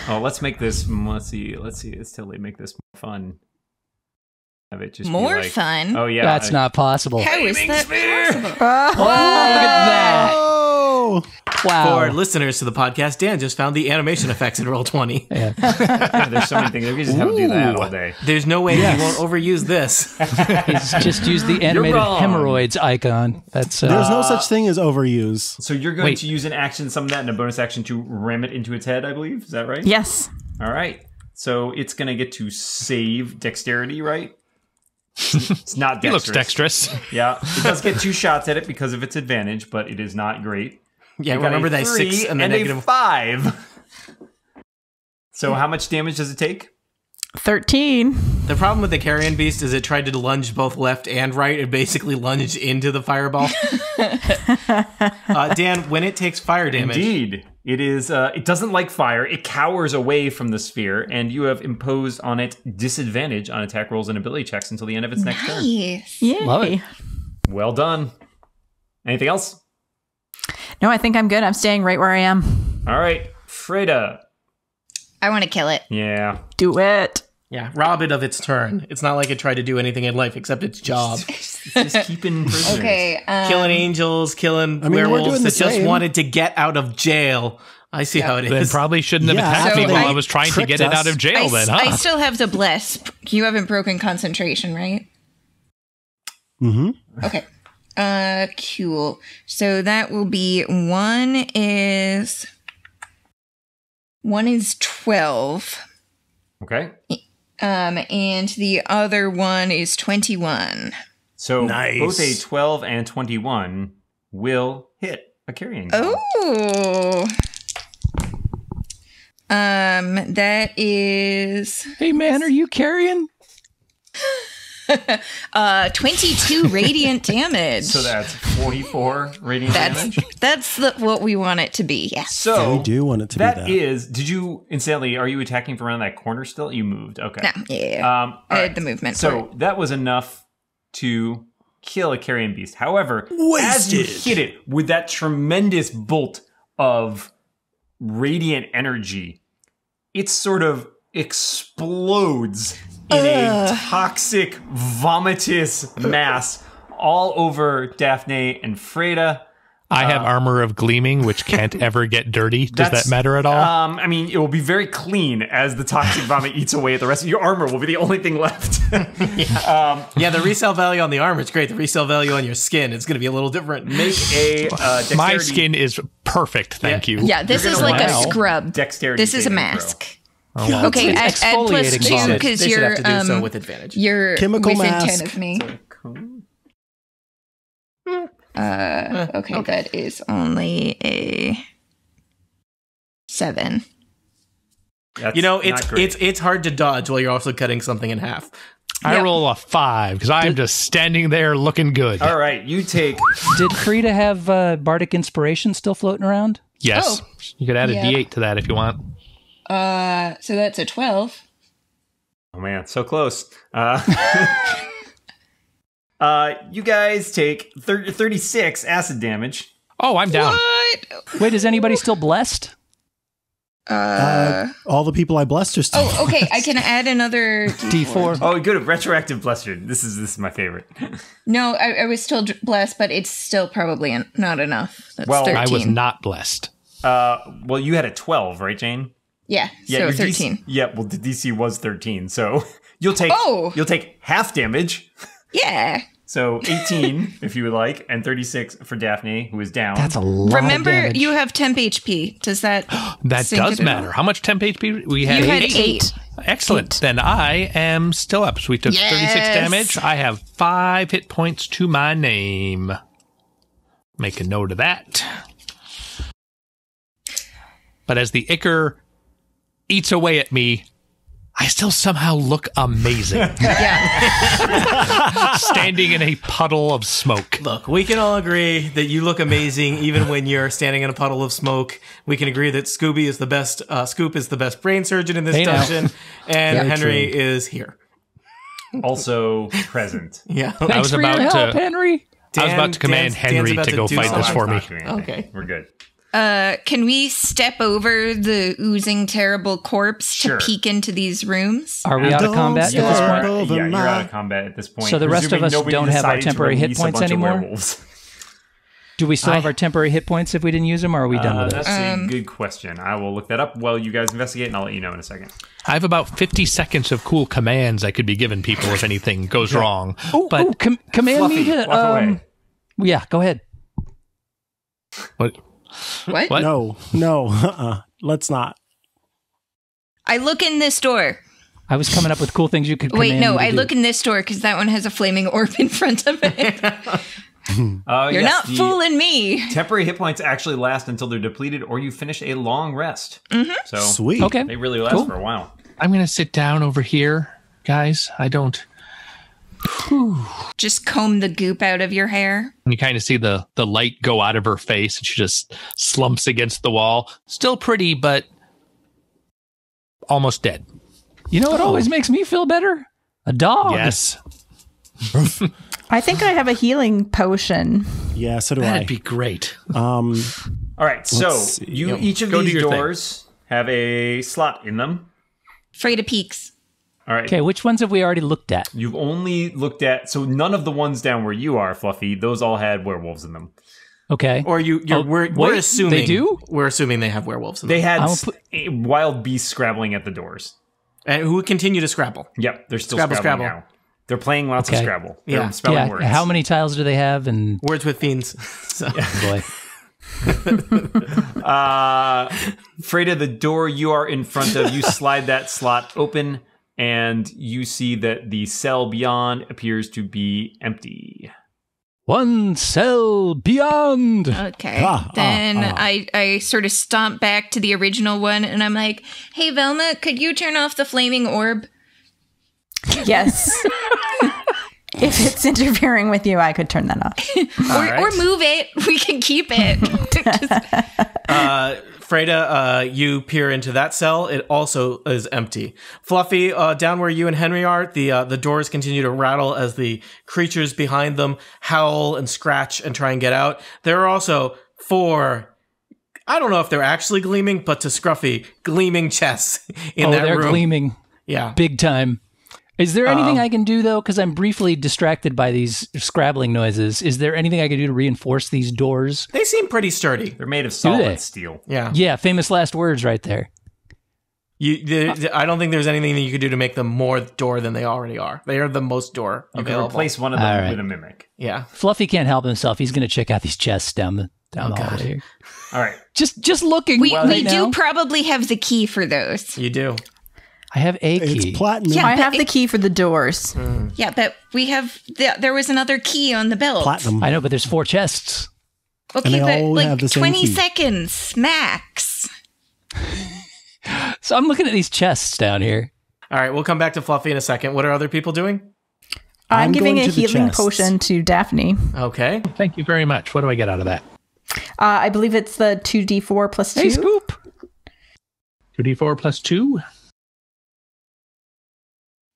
A: oh, let's make this. Let's see. Let's see. Let's totally make this more fun. Have it just be
B: More
A: like-
B: fun?
A: Oh yeah,
D: that's
A: I-
D: not possible.
B: How is that possible?
A: [LAUGHS]
D: Oh, look at
F: Oh,
D: that. Wow.
E: For listeners to the podcast, Dan just found the animation effects in roll twenty.
A: There's so many things. We could just have to do that all day.
E: There's no way he won't
A: [LAUGHS]
E: overuse this.
D: He's just used the animated
A: wrong.
D: hemorrhoids icon. That's uh,
F: there's no such thing as overuse.
A: So you're going
D: Wait.
A: to use an action, summon that, and a bonus action to ram it into its head. I believe is that right?
H: Yes.
A: All right. So it's going to get to save dexterity, right? it's not
C: [LAUGHS] He looks
A: dexterous.
C: dexterous.
A: Yeah, it does get two shots at it because of its advantage, but it is not great.
E: Yeah,
A: Got a
E: remember that
A: three
E: six and
A: and,
E: the
A: a
E: negative. [LAUGHS]
A: five. So how much damage does it take?
H: 13.
E: The problem with the carrion beast is it tried to lunge both left and right. It basically lunged into
A: [LAUGHS]
E: the fireball. uh, Dan, when it takes fire damage,
A: Indeed, it is. Uh, it doesn't like fire. It cowers away from the sphere, and you have imposed on it disadvantage on attack rolls and ability checks until the end of its next turn.
B: Yes.
H: Yay.
D: Love it.
A: Well done. Anything else?
H: No, I think I'm good. I'm staying right where I am.
A: All right, Freda.
B: I want to kill it.
A: Yeah,
H: Do it.
E: yeah, rob it of its turn. It's not like it tried to do anything in life except its
A: [LAUGHS]
E: job.
A: it's
B: [LAUGHS]
A: just keeping prisoners.
B: Okay. Um,
E: killing angels, killing
F: I mean, we're
E: werewolves
F: doing
E: that
F: the
E: just
F: same.
E: wanted to get out of jail. I see how it
C: Then
E: is.
C: probably shouldn't have
F: Yeah,
C: attacked
B: so
C: me while
B: they
C: I was trying to
F: tricked
C: get it
F: us.
C: out of jail.
B: I,
C: then,
B: s-
C: huh?
B: I still have the bless. You haven't broken concentration, right?
F: Mm-hmm.
B: Okay. Uh, cool. So that will be one is one is twelve,
A: Okay.
B: um, and the other one is twenty-one.
A: So
F: Nice.
A: both a 12 and 21 will hit a carrying. Oh.
B: Oh. Um, that is
D: hey man, are you carrying?
B: uh,
A: [LAUGHS]
B: 22 radiant damage.
A: So that's 44 radiant
B: that's [LAUGHS]
A: damage.
B: that's the, what we want it to be. Yes.
A: So
F: We do want it to be
A: Oh, That
F: that.
A: is. Did you incidentally? Are you attacking from around that corner still? You moved. Okay.
B: No, yeah.
A: Um,
B: I
A: all
B: had the movement
A: So
B: for
A: that was enough to kill a carrion beast. However, as you
F: Wasted.
A: hit it with that tremendous bolt of radiant energy, it sort of explodes in a toxic, vomitous mass all over Daphne and Freda.
C: I
B: Uh.
C: have armor of gleaming, which can't ever get dirty. Does
A: That's-
C: that matter at all?
A: Um, I mean, it will be very clean as the toxic vomit eats away at the rest of your armor. Will be the only thing left. [LAUGHS]
E: Yeah, the resale value on the armor is great. The resale value on your skin is going to be a little different.
A: Make a uh, dexterity,
C: My skin is perfect. Thank you.
B: Yeah, this
A: You're
B: is
A: gonna
B: like a
A: roll
B: scrub.
A: dexterity.
B: This is a
A: saving throw.
B: mask.
F: Yeah,
B: Okay, add, add plus
D: exfoliating
B: two
D: vomit.
B: because
E: They should
B: you're
E: have to do
B: um,
E: so with advantage.
B: you're
F: Chemical
B: within
F: mask.
B: ten of me. Uh, okay, that is only a seven.
A: That's
E: You know,
A: not
E: it's
A: great.
E: it's it's hard to dodge while you're also cutting something in half.
C: I
B: Yeah.
C: roll a five because I'm just standing there looking good.
A: all right. You take
D: Did Frida have uh, bardic inspiration still floating around?
C: Yes.
B: Oh.
C: You could add a
B: Yeah.
C: D8 to that if you want.
B: Uh, so that's a twelve.
A: Oh man, so close. Uh, [LAUGHS] uh, you guys take thir- 36 acid damage.
C: Oh, I'm down.
B: What?
D: Wait, is anybody still blessed?
F: Uh, all the people I blessed are still. [LAUGHS]
B: Oh, okay. I can add another D four.
D: D4.
A: Oh, good. Retroactive blessed. This is this is my favorite.
B: No, I, I was still dr- blessed, but it's still probably an- not enough. That's
A: Well, I
B: thirteen.
C: I was not blessed.
A: Uh, well, you had a 12, right, Jane?
B: Yeah. so
A: your DC
B: thirteen.
A: yeah, well, the DC was 13, so [LAUGHS] you'll take
B: Oh!
A: you'll take half damage.
B: Yeah.
A: So
B: [LAUGHS]
A: 18 if you would like, and 36 for Daphne, who is down.
D: That's a lot. of
B: Remember,
D: damage.
B: you have temp HP. Does that?
C: That
B: Sync it at
C: does
B: all.
C: matter. How much temp HP we had?
B: You had eight.
C: Excellent. Then I am still up. So we took 36
B: Yes.
C: damage. I have five hit points to my name. Make a note of that. But as the ichor eats away at me, I still somehow look
B: [LAUGHS]
C: amazing,
B: Yeah.
C: [LAUGHS] standing in a puddle of smoke.
E: Look, we can all agree that you look amazing even when you're standing in a puddle of smoke. We can agree that Scooby is the best uh, Scoop is the best brain surgeon in this
D: Hey, now.
E: dungeon and
F: Very
E: Henry is here.
A: also present.
E: Yeah.
C: I was
D: Thanks for your
C: about to
D: help, Henry.
C: I was about to command Henry to go fight this for me.
E: Okay.
A: Okay. We're good.
B: uh, can we step over the oozing, terrible corpse
A: Sure.
B: to peek into these
D: [LAUGHS]
B: rooms?
D: Are we out of
F: Don't
D: combat
A: You
D: at this
F: start.
D: point?
A: are-
F: point?
A: yeah, you're out of combat at this point.
D: So the rest of
A: presuming
D: us
A: nobody
D: don't have our
A: decided to
D: temporary hit
A: release a
D: points
A: bunch of
D: anymore? [LAUGHS]
A: werewolves.
D: Do we still have our temporary hit points if we didn't use them, or are we done
A: Uh,
D: with it?
A: that's
F: Um,
A: a good question. I will look that up while you guys investigate, and I'll let you know in a second.
C: I have about 50 seconds of cool commands I could be giving people if anything goes wrong. but
D: Ooh, com- command me
A: Fluffy,
D: to.
A: walk
D: Um,
A: away.
D: yeah, go ahead.
C: What?
B: What?
C: What?
F: No, no, [LAUGHS] uh-uh. let's not.
B: I look in this door.
D: I was coming up with cool things you could.
B: Wait,
D: command
B: no,
D: me to
B: I
D: do.
B: look in this door because that one has a flaming orb in front of it. [LAUGHS]
A: Uh,
B: You're
A: yes,
B: not
A: the
B: fooling me.
A: Temporary hit points actually last until they're depleted, or you finish a long rest. So
F: Sweet.
D: Okay.
A: they really last
D: Mm-hmm. Cool.
A: for a while.
C: I'm going to sit down over here, guys. I don't.
B: Just comb the goop out of your hair.
C: You kind of see the, the light go out of her face and she just slumps against the wall. Still pretty, but almost dead.
D: You know what always makes me feel better? A dog.
C: yes.
H: I think I have a healing potion.
F: Yeah, so do I.
C: That'd be great.
F: um,
A: All right, so
F: see.
A: you each of
C: Go do
A: these
C: your thing.
A: doors have a slot in them.
B: Freda peeks.
A: All right,
D: Okay, which ones have we already looked at?
A: you've only looked at so none of the ones down where you are, Fluffy. Those all had werewolves in them.
D: Okay.
E: Or you you're
D: Oh,
E: we're,
D: wait,
E: we're assuming
D: they do?
E: We're assuming they have werewolves in them.
A: They had
D: I'll
A: s-
D: put-
A: eh, wild beasts scrabbling at the doors.
E: and Uh, who continue to scrabble.
A: Yep, they're still
E: Scrabble,
A: scrabbling
E: Scrabble.
A: now. They're playing lots of
D: Okay.
A: Scrabble.
E: Yeah.
A: They're spelling
D: yeah.
A: words.
D: How many tiles do they have? And
E: Words with fiends. [LAUGHS] So,
D: boy, [LAUGHS]
A: Uh, Freda, the door you are in front of,
D: [LAUGHS]
A: you slide that slot open, and you see that the cell beyond appears to be empty.
D: one cell beyond.
B: Okay.
F: Ah, ah,
B: then
F: ah.
B: I, I sort of stomp back to the original one and I'm like, hey, Velma, could you turn off the flaming orb?
H: Yes. [LAUGHS] If it's interfering with you, I could turn that off.
B: or,
E: right.
B: or move it. [LAUGHS] We can keep it. [LAUGHS] Just-
E: Uh, Freda, uh, you peer into that cell. It also is empty. Fluffy, uh, down where you and Henry are, the uh, the doors continue to rattle as the creatures behind them howl and scratch and try and get out. There are also four. I don't know if they're actually gleaming, but to Scruffy, gleaming chests [LAUGHS] in
D: oh,
E: that
D: they're
E: room. Um,
D: gleaming
E: Yeah.
D: big time. Is there anything I can do though? Because I'm briefly distracted by these scrabbling noises. Is there anything I can do to reinforce these doors?
E: They seem pretty sturdy.
A: They're made of
D: they?
A: solid steel.
E: Yeah.
D: Yeah, famous last words right there.
E: You, the, the- I don't think there's anything that you could do to make them more door than they already are. They are the most door
A: You can
E: available.
A: replace one of them
D: All right.
A: with a mimic.
E: yeah.
D: Fluffy can't help himself. He's going to check out these chests down the down
E: Oh,
D: the hallway here.
A: All right.
D: Just just looking.
B: we
D: right
B: we
D: now.
B: do probably have the key for those.
E: You do.
D: I have a key.
F: It's platinum.
B: Yeah.
H: I have the key for the doors.
F: Hmm.
B: Yeah, but we have the, there was another key on the belt.
F: Platinum.
D: I know, but there's four chests.
B: Okay,
F: they
B: but
F: all
B: like
F: have the same
B: 20
F: key.
B: seconds max.
D: So I'm looking at these chests down here.
E: All right, we'll come back to Fluffy in a second. What are other people doing?
F: I'm
H: I'm, giving a
F: going to the
H: healing
F: chests.
H: potion to Daphne.
E: Okay.
C: Thank you very much. What do I get out of that?
H: Uh, I believe it's the 2d4 plus 2.
C: Hey, Scoop. 2d4 plus 2.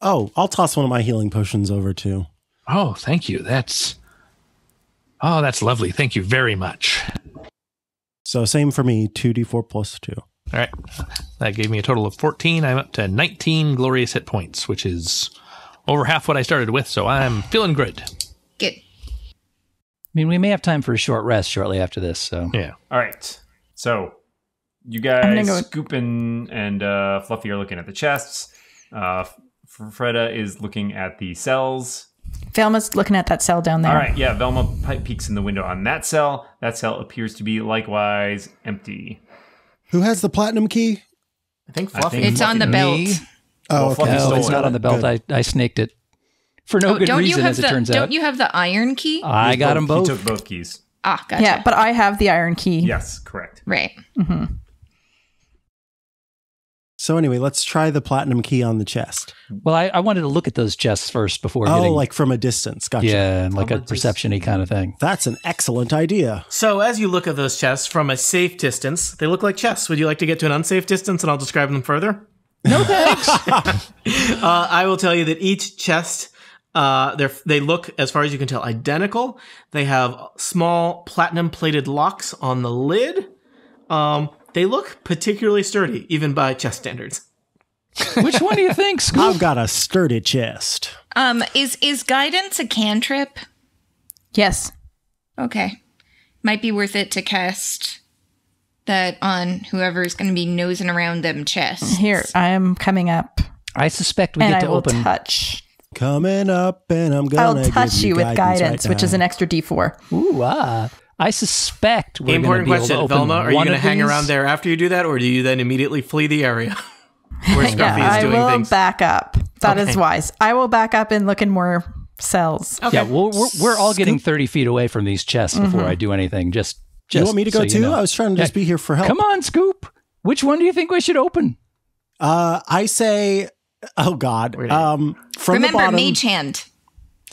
F: Oh, I'll toss one of my healing potions over too.
C: Oh, thank you. That's. Oh, that's lovely. Thank you very much.
F: So same for me, 2d4 plus 2.
C: All right. That gave me a total of 14. I'm up to 19 glorious hit points, which is over half what I started with, so I'm feeling good.
B: Good.
D: I mean, we may have time for a short rest shortly after this. So
C: Yeah.
A: All right. So you
H: gonna
A: guys,
H: go-
A: Scoop and, and uh, Fluffy are looking at the chests. Uh, F- Freda is looking at the cells.
H: Velma's looking at that cell down there.
A: All right. Yeah. Velma pi- peeks in the window on that cell. That cell appears to be likewise empty.
F: Who has the platinum key?
E: I think
A: I
E: Fluffy.
A: think-
B: It's on the
D: me?
B: belt.
F: Oh,
A: Well,
F: okay.
A: Fluffy
D: no,
A: stole
D: it's
A: it.
D: not on the belt.
F: Good.
D: I, I snaked it for no good
B: Oh, don't
D: reason,
B: you have
D: as
B: the
D: it turns out. Uh,
B: don't you have the iron key?
D: I got them both.
A: He took both keys.
B: ah, gotcha.
H: Yeah, but I have the iron key.
A: Yes. Correct.
B: right.
F: So anyway, let's try the platinum key on the chest.
D: well, I, I wanted to look at those chests first before
F: oh,
D: getting
F: like from a distance. Gotcha.
D: yeah, like a
A: Covered this-
F: [LAUGHS]
D: perception-y kind of thing.
F: That's an excellent idea.
E: So as you look at those chests from a safe distance, they look like chests. Would you like to get to an unsafe distance, and I'll describe them further? No thanks. [LAUGHS] uh, I will tell you that each chest, uh, they they look as far as you can tell identical. They have small platinum plated locks on the lid. Um, they look particularly sturdy, even by chest standards.
D: Which one do you think, Scoop?
F: I've got a sturdy chest.
B: Um, is is guidance a cantrip?
H: Yes.
B: Okay, might be worth it to cast that on whoever's going to be nosing around them chests.
H: Here, I am coming up
D: I suspect we
H: and
D: get
H: I
D: to
H: will
D: open.
H: touch.
F: Coming up, and I'm gonna.
H: I'll touch
F: give
H: you with guidance,
F: right
H: which is
F: now.
H: an extra d4.
D: Ooh, ah. I suspect we're going
E: Important
D: to be able to
E: question,
D: open
E: Velma. Are you
D: one
E: going to
D: of
E: hang
D: these.
E: around there after you do that, or do you then immediately flee the area [LAUGHS] where Scruffy
H: Yeah,
E: is
H: I
E: doing
H: will
E: things?
H: back up. That is
E: Okay.
H: wise. I will back up and look in more cells.
E: Okay.
D: Yeah, we're, we're, we're all getting 30 feet away from these chests
H: Mm-hmm.
D: before I do anything. Just, just
F: you want me to go
D: so
F: too?
D: know.
F: I was trying to just
D: Yeah.
F: be here for help.
D: Come on, Scoop. Which one do you think we should open?
F: Uh, I say, oh God.
E: Wait a minute.
F: Um, from
B: Remember,
F: the bottom,
B: mage hand.
D: I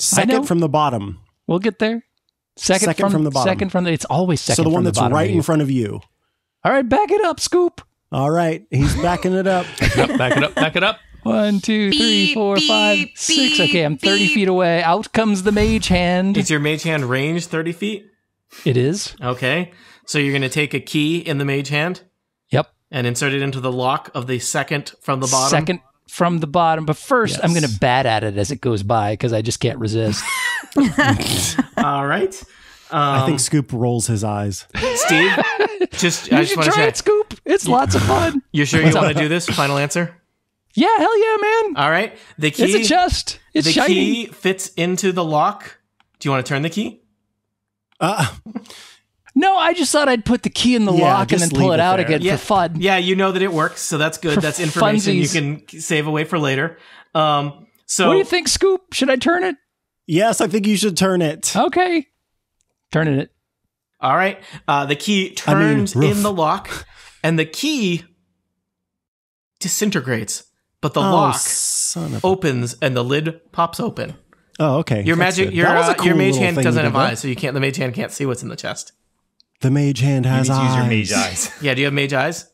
F: second
D: know.
F: from the bottom.
D: We'll get there. Second,
F: Second from the bottom.
D: Second from the. It's always second.
F: so the one
D: from
F: that's
D: bottom
F: right
D: of you.
F: in front of you.
D: All right, back it up, Scoop.
F: All right, he's backing it up.
C: Yep, back it up. Back it up.
F: [LAUGHS]
D: One, two, three,
B: Beep,
D: four, five,
B: beep,
D: six.
B: beep,
D: Okay, I'm 30
B: beep.
D: feet away. Out comes the mage hand.
E: Is your mage hand range 30 feet?
D: it is.
E: Okay. So you're going to take a key in the mage hand
D: Yep.
E: and insert it into the lock of the second from the bottom.
D: Second from the bottom. But first, I'm
F: Yes.
D: going to bat at it as it goes by because I just can't
E: [LAUGHS]
D: resist.
E: All right.
F: I think Scoop rolls his eyes.
E: Steve, just,
D: you
E: I just
D: should
E: want to
D: try
E: check.
D: it, Scoop. It's lots of fun.
E: You're sure you want to do this? Final answer?
D: Yeah, hell yeah, man.
E: All right. The key,
D: It's a chest. It's
E: the
D: shiny.
E: key fits into the lock. Do you want to turn the key?
F: Uh,
D: No, I just thought I'd put the key in the
F: Yeah,
D: lock and then
F: just
D: pull
F: leave
D: it
F: it
D: out
F: there.
D: again
E: Yeah.
D: for fun.
E: Yeah, you know that it works, so that's good.
D: For
E: that's information
D: funsies.
E: you can save away for later. Um, so
D: What do you think, Scoop? Should I turn it?
F: yes, I think you should turn it.
D: Okay. Turning it.
E: All right. Uh, the key
F: I mean,
E: turns
F: roof.
E: in the lock, and the key disintegrates, but the
F: oh,
E: lock
F: son of a-
E: opens and the lid pops open.
F: Oh, okay.
E: Your
F: That's
E: magic,
F: good.
E: your,
F: That was a
E: uh, your
F: cool
E: mage
F: little
E: hand
F: thing
E: doesn't
F: you did
E: have eyes, so
F: there.
E: you can't. The mage hand can't see what's in the chest.
F: The mage hand
A: You need
F: has
A: to use
F: eyes.
A: your mage eyes.
E: Yeah, do you have mage eyes?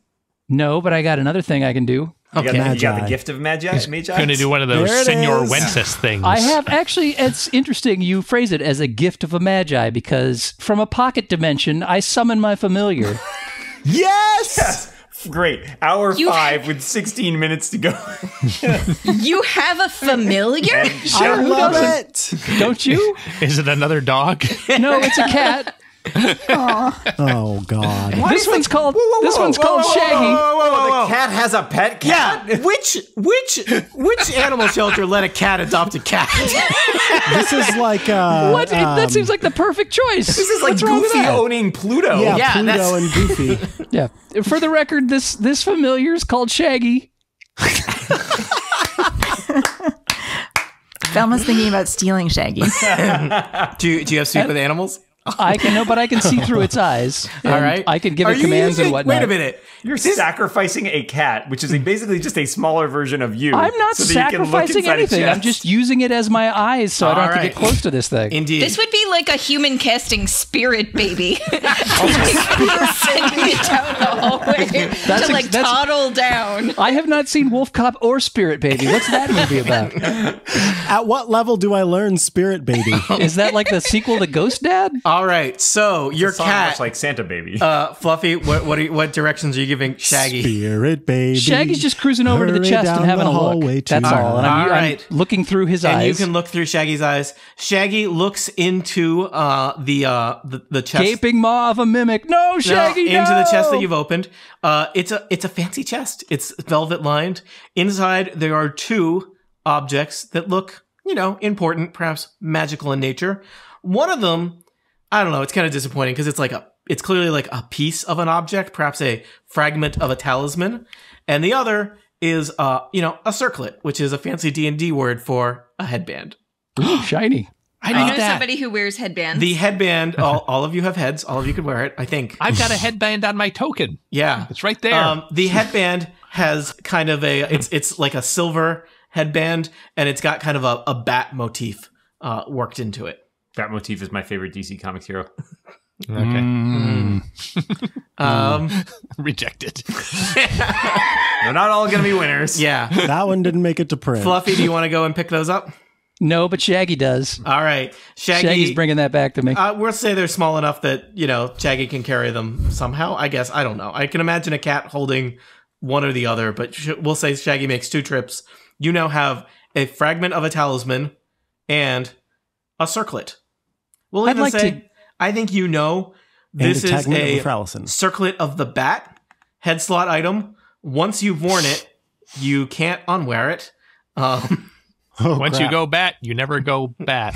D: No, but I got another thing I can do.
A: You, got, the, you got the
F: Magi.
A: gift of magi. magi
C: Going to do one of those
F: There it
C: Senor
F: is.
C: Wences things.
D: I have actually. It's interesting you phrase it as a gift of a magi because from a pocket dimension, I summon my
E: [LAUGHS]
D: familiar.
F: Yes!
A: Great. Hour
B: You-
A: five with 16 minutes to go.
B: You have a familiar?
F: [LAUGHS] I
D: Who
F: love it.
D: Don't you?
C: Is it another dog?
D: No, it's a cat.
E: [LAUGHS]
F: Oh God.
D: this one's called. this one's called
A: [LAUGHS]
D: Shaggy.
A: The cat has a pet cat?
E: Yeah, which which which animal shelter let a cat adopt a cat?
F: this is like uh,
D: What? It-
F: um,
D: that seems like the perfect choice.
A: This is like
D: What's wrong with
A: Goofy
D: that?
A: owning Pluto.
F: yeah,
E: Yeah,
F: Pluto
E: that's-
F: and Goofy.
D: [LAUGHS] Yeah. For the record, this this familiar is called Shaggy.
H: Velma's thinking about stealing Shaggy.
E: do you, do you have sleep with animals?
D: I can know, but I can see through
E: [LAUGHS]
D: its eyes.
E: All
D: and
E: right,
D: I can give
E: Are
D: it
E: you
D: commands
E: using-
D: and whatnot.
E: Wait a minute.
A: You're sacrificing a cat, which is a, basically just a smaller version of you.
D: Mm. I'm not
A: so that you can look
D: sacrificing
A: inside a
D: anything. I'm
A: chest.
D: just using it as my eyes, so I
E: All
D: don't have to
E: right.
D: get close to this thing.
E: Indeed.
B: This would be like a human casting spirit baby. [LAUGHS] Sending it down the hallway
D: That's
B: to like
D: ex- that's-
B: toddle down.
D: I have not seen Wolf Cop or Spirit Baby. What's that movie
E: [LAUGHS]
D: about?
F: At what level do I learn Spirit Baby?
D: Is that like the sequel to Ghost Dad?
E: All right. So your
A: Sound much
E: cat,
A: like Santa Baby.
E: uh, Fluffy. What what, are you, what directions are you giving Shaggy?
F: Spirit Baby.
D: Shaggy's just cruising over to the
F: hurry
D: chest
F: down
D: and having
F: the
D: a
F: hallway
D: look.
F: to-
D: That's all. And I'm,
E: All
D: I'm
E: right.
D: looking through his
E: and you
D: eyes,
E: can look through Shaggy's eyes. Shaggy looks into uh, the, uh, the the chest,
D: gaping maw of a mimic. No,
E: No,
D: Shaggy,
E: into the chest that
D: no!
E: you've opened. Uh, it's a it's a fancy chest. It's velvet lined. Inside there are two objects that look, you know, important, perhaps magical in nature. One of them, I don't know. It's kind of disappointing because it's like a it's clearly like a piece of an object, perhaps a fragment of a talisman, and the other is uh you know a circlet, which is a fancy D and D word for a headband. [GASPS]
D: Shiny.
E: I
B: I
E: need
B: know
E: that.
B: somebody who wears headbands.
D: [LAUGHS]
E: The headband. All, all of you have heads. All of you can wear it. I think.
C: I've got a headband on my token.
E: Yeah.
C: It's right there.
E: Um, the headband has kind of a it's it's like a silver headband, and it's got kind of a, a bat motif uh, worked into it.
A: that motif is my favorite DC Comics hero.
C: okay.
E: Um,
C: [LAUGHS]
D: Mm.
C: Rejected.
A: They're not all going to be winners.
D: [LAUGHS]
E: yeah,
F: that one didn't make it to print.
E: Fluffy, do you want to go and pick those up?
D: No, but Shaggy does.
E: All right, Shaggy.
D: Shaggy's bringing that back to me.
E: uh, we'll say they're small enough that you know Shaggy can carry them somehow. I guess I don't know. I can imagine a cat holding one or the other, but sh- we'll say Shaggy makes two trips. You now have a fragment of a talisman and a circlet. We'll
D: I'd
E: even
D: like
E: say
D: to-
E: I think you know
F: and
E: this
F: a
E: is
F: tagment
E: a
F: of the Frallison.
E: circlet of the bat head slot item. Once you've worn it, you can't unwear it. Um, [LAUGHS]
F: Oh,
C: Once you
F: crap.
C: go bat, you never go bat.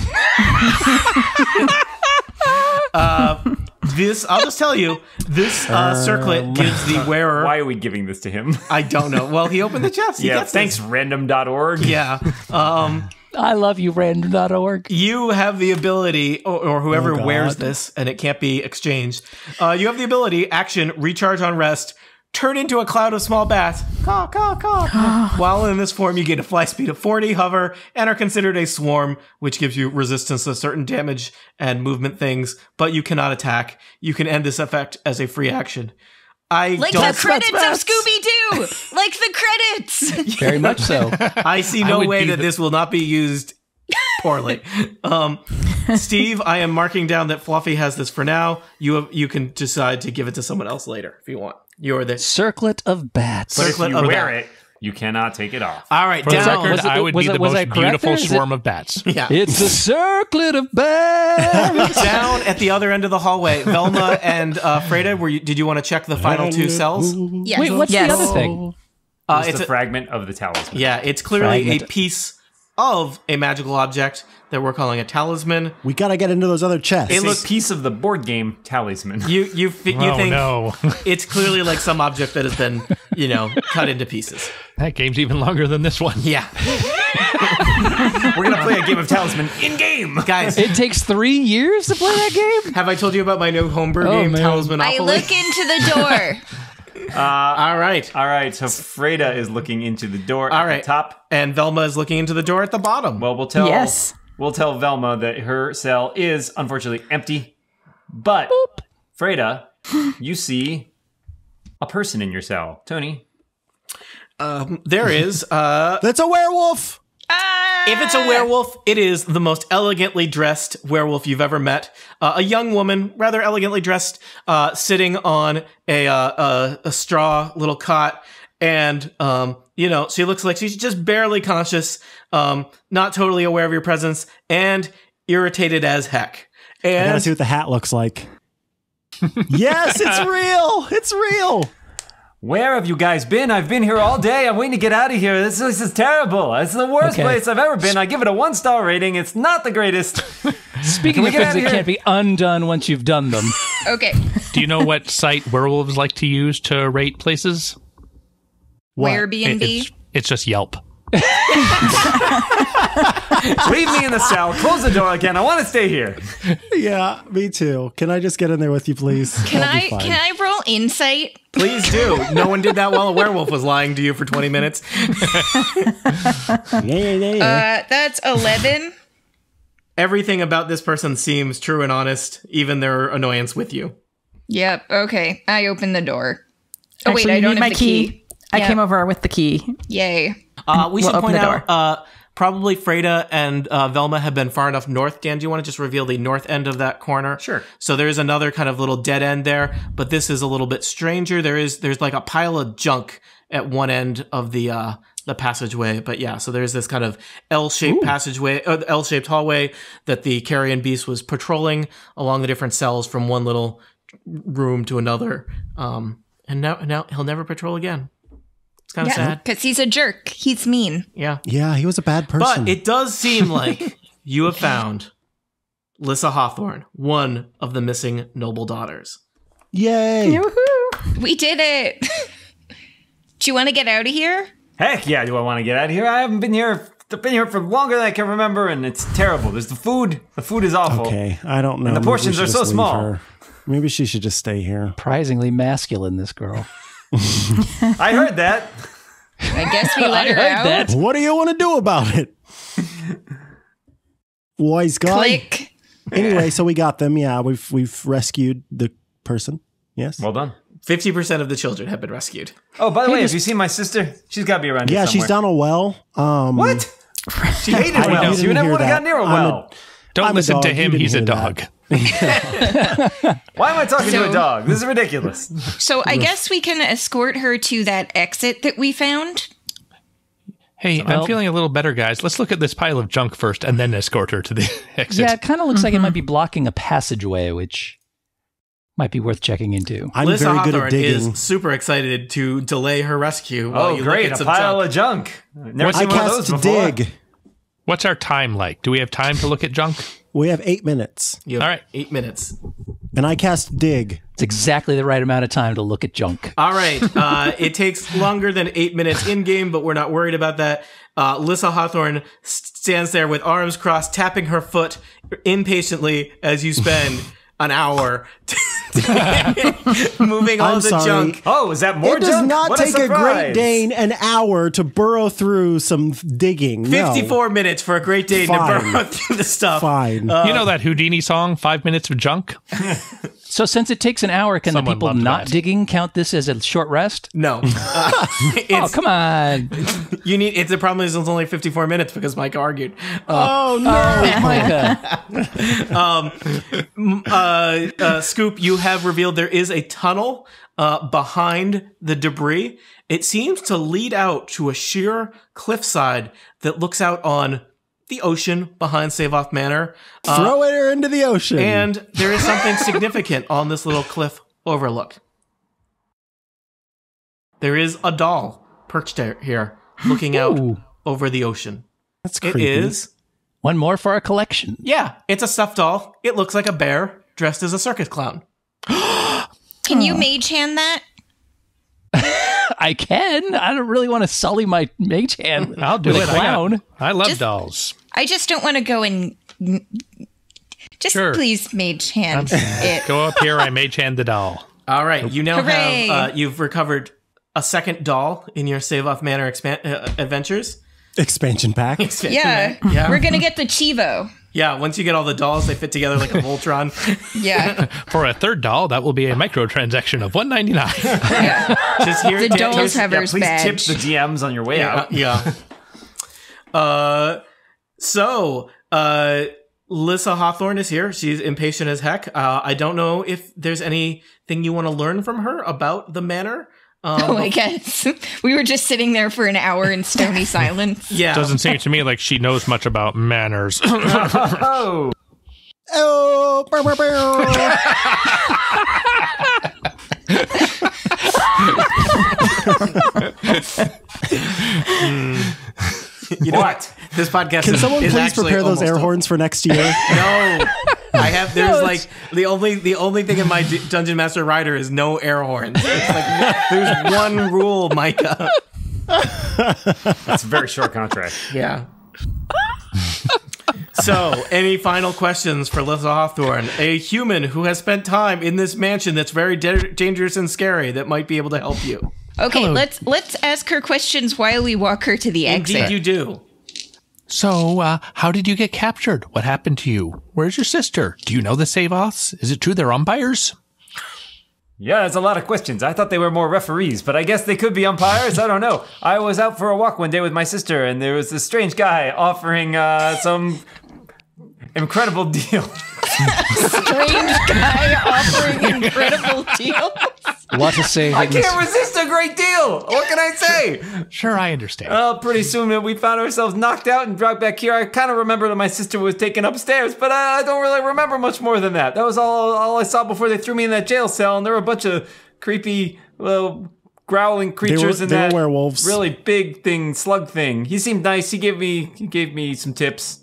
E: this I'll just tell you this uh, circlet gives the wearer
A: Why are we giving this to him?
E: I don't know. Well, he opened the chest. He
A: yeah,
E: gets
A: thanks,
E: this.
A: random.org.
E: [LAUGHS] Yeah. Um,
D: I love you,
E: [LAUGHS]
D: random.org.
E: you have the ability, or, or whoever
F: Oh, God.
E: wears this, and it can't be exchanged. Uh, you have the ability, action, recharge on rest, turn into a cloud of small bats. Caw, caw,
F: [SIGHS]
E: caw. While in this form, you gain a fly speed of 40, hover, and are considered a swarm, which gives you resistance to certain damage and movement things, but you cannot attack. You can end this effect as a free action. I
B: like
E: don't.
B: the credits
D: Rats.
B: of Scooby Doo! like the
D: [LAUGHS]
B: credits!
D: Very much
E: [LAUGHS]
D: so.
E: I see no
C: would
E: way
C: be
E: that
C: the-
E: this will not be used poorly. um, Steve, I am marking down that Fluffy has this for now. You have, you can decide to give it to someone else later if you want. You are the
D: Circlet of bats.
A: But if
E: Circlet
A: you
E: of
A: wear
E: that. Uh,
A: it, you cannot take it off.
E: all right.
C: For the
E: Down.
C: record,
D: was it-
C: I would
D: was
C: be
D: it-
C: the
D: was I
C: most
D: correct
C: beautiful
D: there? Is it-
C: swarm of bats.
E: yeah.
D: It's a circlet of
E: [LAUGHS]
D: bats.
E: down at the other end of the hallway, Velma and uh, Freda. Were you, did you want to check the final two cells?
B: yes.
D: Wait, what's
H: Yes.
D: the other
B: Oh.
D: thing?
E: Uh,
A: It's,
E: it's
A: a,
E: a-
A: fragment of the talisman.
E: yeah, it's clearly a
D: Fragment.
E: piece of a magical object that we're calling a talisman.
F: We gotta get into those other chests.
E: It
A: It's
E: looks-
A: a piece of the board game talisman.
E: You you fi- you
C: oh
E: think
C: no, [LAUGHS]
E: it's clearly like some object that has been you know cut into pieces.
C: that game's even longer than this one.
E: Yeah,
A: We're going to [LAUGHS] play a game of talisman in game.
E: [LAUGHS] guys,
D: It takes three years to play that
E: [LAUGHS]
D: game?
E: Have I told you about my new homebrew
D: Oh,
E: game,
D: man.
B: I
E: Talismanopoly?
B: look into the door.
E: Uh, All right.
A: All right, so Freda is looking into the door
E: All
A: at
E: right.
A: the top.
E: And Velma is looking into the door at the bottom.
A: Well, we'll tell
H: Yes.
A: will tell Velma that her cell is unfortunately empty. But Freda, you see a person in your cell. Tony,
E: Um, there is.
B: [LAUGHS]
E: Uh,
F: That's a werewolf.
E: If it's a werewolf, it is the most elegantly dressed werewolf you've ever met. Uh, a young woman, rather elegantly dressed, uh, sitting on a, uh, a a straw little cot, and um, you know she looks like she's just barely conscious, um, not totally aware of your presence, and irritated as heck.
F: I gotta
E: And
F: see what the hat
A: [LAUGHS]
F: looks like. yes, it's real. It's real.
A: where have you guys been? I've been here all day. I'm waiting to get out of here. This, this is terrible. It's the worst
D: Okay.
A: place I've ever been. I give it a one star rating. It's not the greatest.
D: Speaking
A: we
D: of
A: get
D: things
A: out of
D: that
A: here?
D: can't be undone once you've done
E: [LAUGHS]
D: them,
B: Okay.
C: Do you know what site werewolves like to use to rate places?
B: Where
C: It-
B: B&B?
C: it's, it's just Yelp.
A: Leave me in the cell. Close the door again. I want to stay here.
F: Yeah, me too. Can I just get in there with you, please?
B: Can
F: I'll be
B: I
F: fine.
B: can I roll insight?
E: please do. No one did that while a werewolf was lying to you for twenty minutes.
F: Yeah, yeah, yeah. yeah.
B: Uh, that's eleven.
E: Everything about this person seems true and honest, even their annoyance with you.
B: yep. Okay. I open the door. Oh wait,
H: Actually,
B: I
H: you
B: don't
H: need
B: have
H: my
B: the key.
H: I
B: Yeah.
H: came over with the key.
B: Yay.
E: Uh, we
H: We'll
E: should
H: open
E: point
H: the
E: out uh, probably Freda and uh, Velma have been far enough north. Dan, do you want to just reveal the north end of that corner?
A: Sure.
E: So there's another kind of little dead end there, but this is a little bit stranger. There is there's like a pile of junk at one end of the uh, the passageway, but yeah. So there's this kind of L-shaped passageway, uh, L-shaped hallway that the carrion beast was patrolling along the different cells from one little room to another. Um, and now now he'll never patrol again. It's kind of
B: Yeah.
E: sad.
B: Because he's a jerk. He's mean.
E: Yeah.
F: yeah, he was a bad person.
E: But it does seem
F: [LAUGHS]
E: like you have found Lissa Hawthorne, one of the missing noble daughters.
F: Yay.
B: We did it. [LAUGHS] Do you want to get out of here?
A: Heck yeah, do I want to get out of here? I haven't been here I've been here for longer than I can remember and it's terrible. There's the food. The food is awful.
F: Okay, I don't know. Maybe we
A: portions
F: should
A: are so
F: just leave
A: small.
F: her. Maybe she should just stay here.
D: surprisingly masculine, this girl.
A: I heard that.
B: I guess we let her out.
F: What do you want to do
A: [LAUGHS]
F: about it? Wise guy.
B: Click.
F: Anyway, so we got them. Yeah, we've we've rescued the person. Yes.
A: Well done.
E: 50% of the children have been rescued.
A: Oh, by the way, have you seen my sister? She's got to be around
F: yeah,
A: here
F: she's
A: somewhere.
F: down a well.
A: [LAUGHS]
F: Um,
A: What? She hated
F: I
A: well.
F: didn't
A: She would never
F: hear
A: would have
F: that.
A: gotten near a
F: I'm a-
A: well.
C: Don't
F: I'm a
C: listen to
F: dog. You
C: him.
F: didn't
C: He's a
F: hear that.
C: dog.
A: Why am I talking to
B: So-
A: a dog? This is ridiculous.
B: So I guess we can escort her to that exit that we found.
C: Hey, I'm feeling a little better, guys. Let's look at this pile of junk first and then escort her to the [LAUGHS] exit.
D: Yeah, it kind of looks like it
C: Mm-hmm.
D: might be blocking a passageway, which might be worth checking into.
F: I'm
E: Lissa
F: very
E: Hawthorne
F: good at digging.
E: is super excited to delay her rescue.
A: [LAUGHS]
E: while
A: Oh,
E: you Look
A: great.
E: at
A: A
E: some
A: pile
E: junk.
A: of junk. Never
C: What's-
F: I
A: seen one of those
F: cast
A: before.
F: dig.
C: What's our time like? Do we have time to look at junk?
F: We have eight minutes,
E: You have
C: All right.
E: Eight minutes.
F: and I cast dig.
D: It's exactly the right amount of time to look at junk.
E: All right.
F: [LAUGHS]
E: Uh, it takes longer than eight minutes in game, but we're not worried about that. Uh, Lissa Hawthorne stands there with arms crossed, tapping her foot impatiently as you
F: [LAUGHS]
E: spend an hour [LAUGHS] moving all
F: I'm
E: the
F: sorry.
E: junk.
A: Oh, is that more
F: it does
A: junk?
F: not
A: What
F: take a, Great
A: surprise.
F: Dane an hour to burrow through some digging. No.
E: 54 minutes for a great day to
F: Fine.
E: burrow through the stuff.
F: Fine.
A: Uh,
C: you know that Houdini song, Five Minutes of Junk?
D: So, since it takes an hour, can
C: Someone
D: the people
C: loved
D: not
C: that.
D: digging count this as a short rest?
F: [LAUGHS]
E: No. Uh, [LAUGHS]
D: Oh,
E: it's,
D: come on.
C: [LAUGHS]
E: you need, it's, the problem is it's only 54 minutes because Mike argued.
F: oh no.
D: Micah.
E: uh, uh, Scoop, you have revealed there is a tunnel uh, behind the debris. It seems to lead out to a sheer cliffside that looks out on the ocean behind Savoff Manor. Uh,
F: Throw her into the ocean.
E: and there is something significant on this little cliff overlook. There is a doll perched there- here looking out
D: Ooh.
E: over the ocean.
F: That's
E: It is.
F: creepy.
D: One more for our collection.
E: Yeah, it's a stuffed doll. It looks like a bear dressed as a circus clown.
B: Can you mage hand that?
D: I can. I don't really want to sully my mage hand.
C: [LAUGHS] I'll do
D: with
C: it.
D: A
C: I got-
D: clown.
C: I love
B: Just-
C: dolls.
B: I just don't want to go and just
C: Sure.
B: please mage hand it.
C: Go up here. I mage hand the doll.
E: All right, you now
B: Hooray.
E: have uh, you've recovered a second doll in your Save Off Manor expan- uh, adventures.
A: [LAUGHS]
F: expansion pack.
B: Yeah.
E: Yeah.
B: We're going to get the Chivo.
E: Yeah, once you get all the dolls, they fit together like a
B: [LAUGHS]
E: Voltron.
B: Yeah.
C: For a third doll, that will be a microtransaction of one ninety nine.
E: Just here,
B: The
E: Dan-
B: Dolls Hovers
A: please
B: badge.
A: tip the DMs on your way
E: yeah,
A: out.
E: yeah. Uh, so uh, Lissa Hawthorne is here. She's impatient as heck. Uh, I don't know if there's anything you want to learn from her about the manor.
B: [LAUGHS]
E: Um,
B: Oh, I guess. We were just sitting there for an hour in stony silence.
E: yeah,
F: [LAUGHS]
C: Doesn't seem to me like she knows much about manners. [CLEARS THROAT]
A: Oh,
F: Oh, bow, bow, bow.
A: [LAUGHS]
E: you know what? This podcast
F: Can
E: is-
F: someone
E: is
F: please
E: actually
F: prepare those
E: almost
F: air
E: over.
F: horns for
A: [LAUGHS]
F: next year?
E: No, I have. There's like the only the only thing in my D- dungeon master rider is no air horns. It's like there's one rule, Micah.
A: that's a very short [LAUGHS] contract.
E: Yeah. [LAUGHS] so, any final questions for Lissa Hawthorne, a human who has spent time in this mansion that's very da- dangerous and scary that might be able to help you?
B: Okay, let's let's ask her questions while we walk her to the exit.
E: Indeed, you do.
C: so, uh, how did you get captured? What happened to you? Where's your sister? Do you know the Savoths? Is it true they're umpires?
A: Yeah, that's a lot of questions. I thought they were more referees, but I guess they could be umpires. I don't know. I was out for a walk one day with my sister, and there was this strange guy offering uh, some incredible [LAUGHS] deal.
B: strange guy offering incredible deal.
D: Lots of
A: I
D: savings.
A: [LAUGHS] can't resist a great deal. What can I say?
C: Sure, I
A: [LAUGHS]
C: understand.
A: Well, pretty soon we found ourselves knocked out and dragged back here. I kind of remember that my sister was taken upstairs, but I, I don't really remember much more than that. That was all all I saw before they threw me in that jail cell, and there were a bunch of creepy, well, growling creatures in
F: they were
A: that
F: werewolves.
A: really big thing, slug thing. He seemed nice. He gave me he gave me some tips.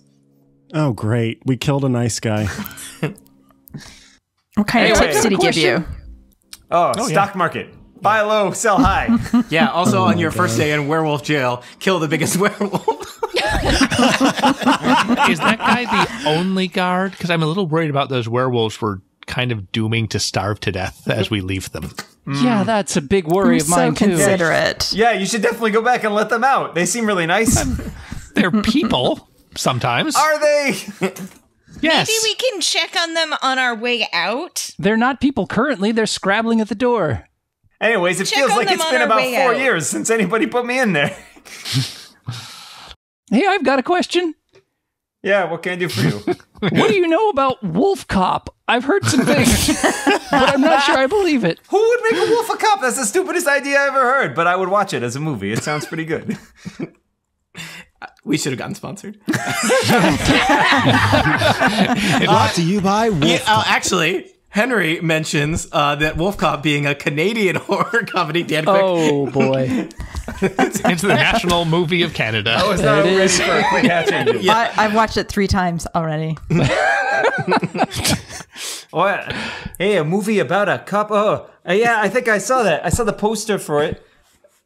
F: Oh, great. We killed a
A: [LAUGHS]
F: nice guy.
H: What kind of
A: Anyway,
H: tips did he give you?
A: Oh, stock market, buy low, sell high.
F: [LAUGHS]
E: Yeah, also on your first day in werewolf jail, kill the biggest [LAUGHS] werewolf.
C: Is that guy the only guard? Because I'm a little worried about those werewolves were kind of dooming to starve to death as we leave them.
D: Yeah, that's a big worry of
H: so
D: mine too.
H: considerate.
A: yeah, you should definitely go back and let them out. They seem really nice.
C: They're people sometimes.
A: Are they?
C: yes.
B: Maybe we can check on them on our way out.
D: They're not people currently. They're scrabbling at the door.
A: Anyways, it
B: Check
A: feels
B: on
A: like
B: them
A: it's
B: on
A: been
B: our
A: about
B: way
A: four
B: out.
A: years since anybody put me in there. [LAUGHS]
D: Hey, I've got a question.
A: Yeah, what can I do for
F: [LAUGHS]
A: you?
D: What do you know about Wolf Cop? I've heard some things,
E: [LAUGHS]
D: but I'm not sure I believe it.
A: Who would make a wolf a cop? That's the stupidest idea I ever heard, but I would watch it as a movie. It sounds pretty
F: [LAUGHS]
A: good.
E: We should have gotten sponsored.
F: Brought to you by Wolf.
E: Yeah, [LAUGHS] uh, actually, Henry mentions uh, that Wolf Cop being a Canadian [LAUGHS] horror comedy. Dan Quick.
D: Oh boy,
C: It's
B: [LAUGHS]
C: the National Movie of Canada.
F: Oh,
A: I was not
D: It
A: ready
D: is.
A: for a quick hatch [LAUGHS] engine.
H: I, I've watched it three times already.
A: What? Hey, a movie about a cop. Oh, uh, yeah, I think I saw that. I saw the poster for it.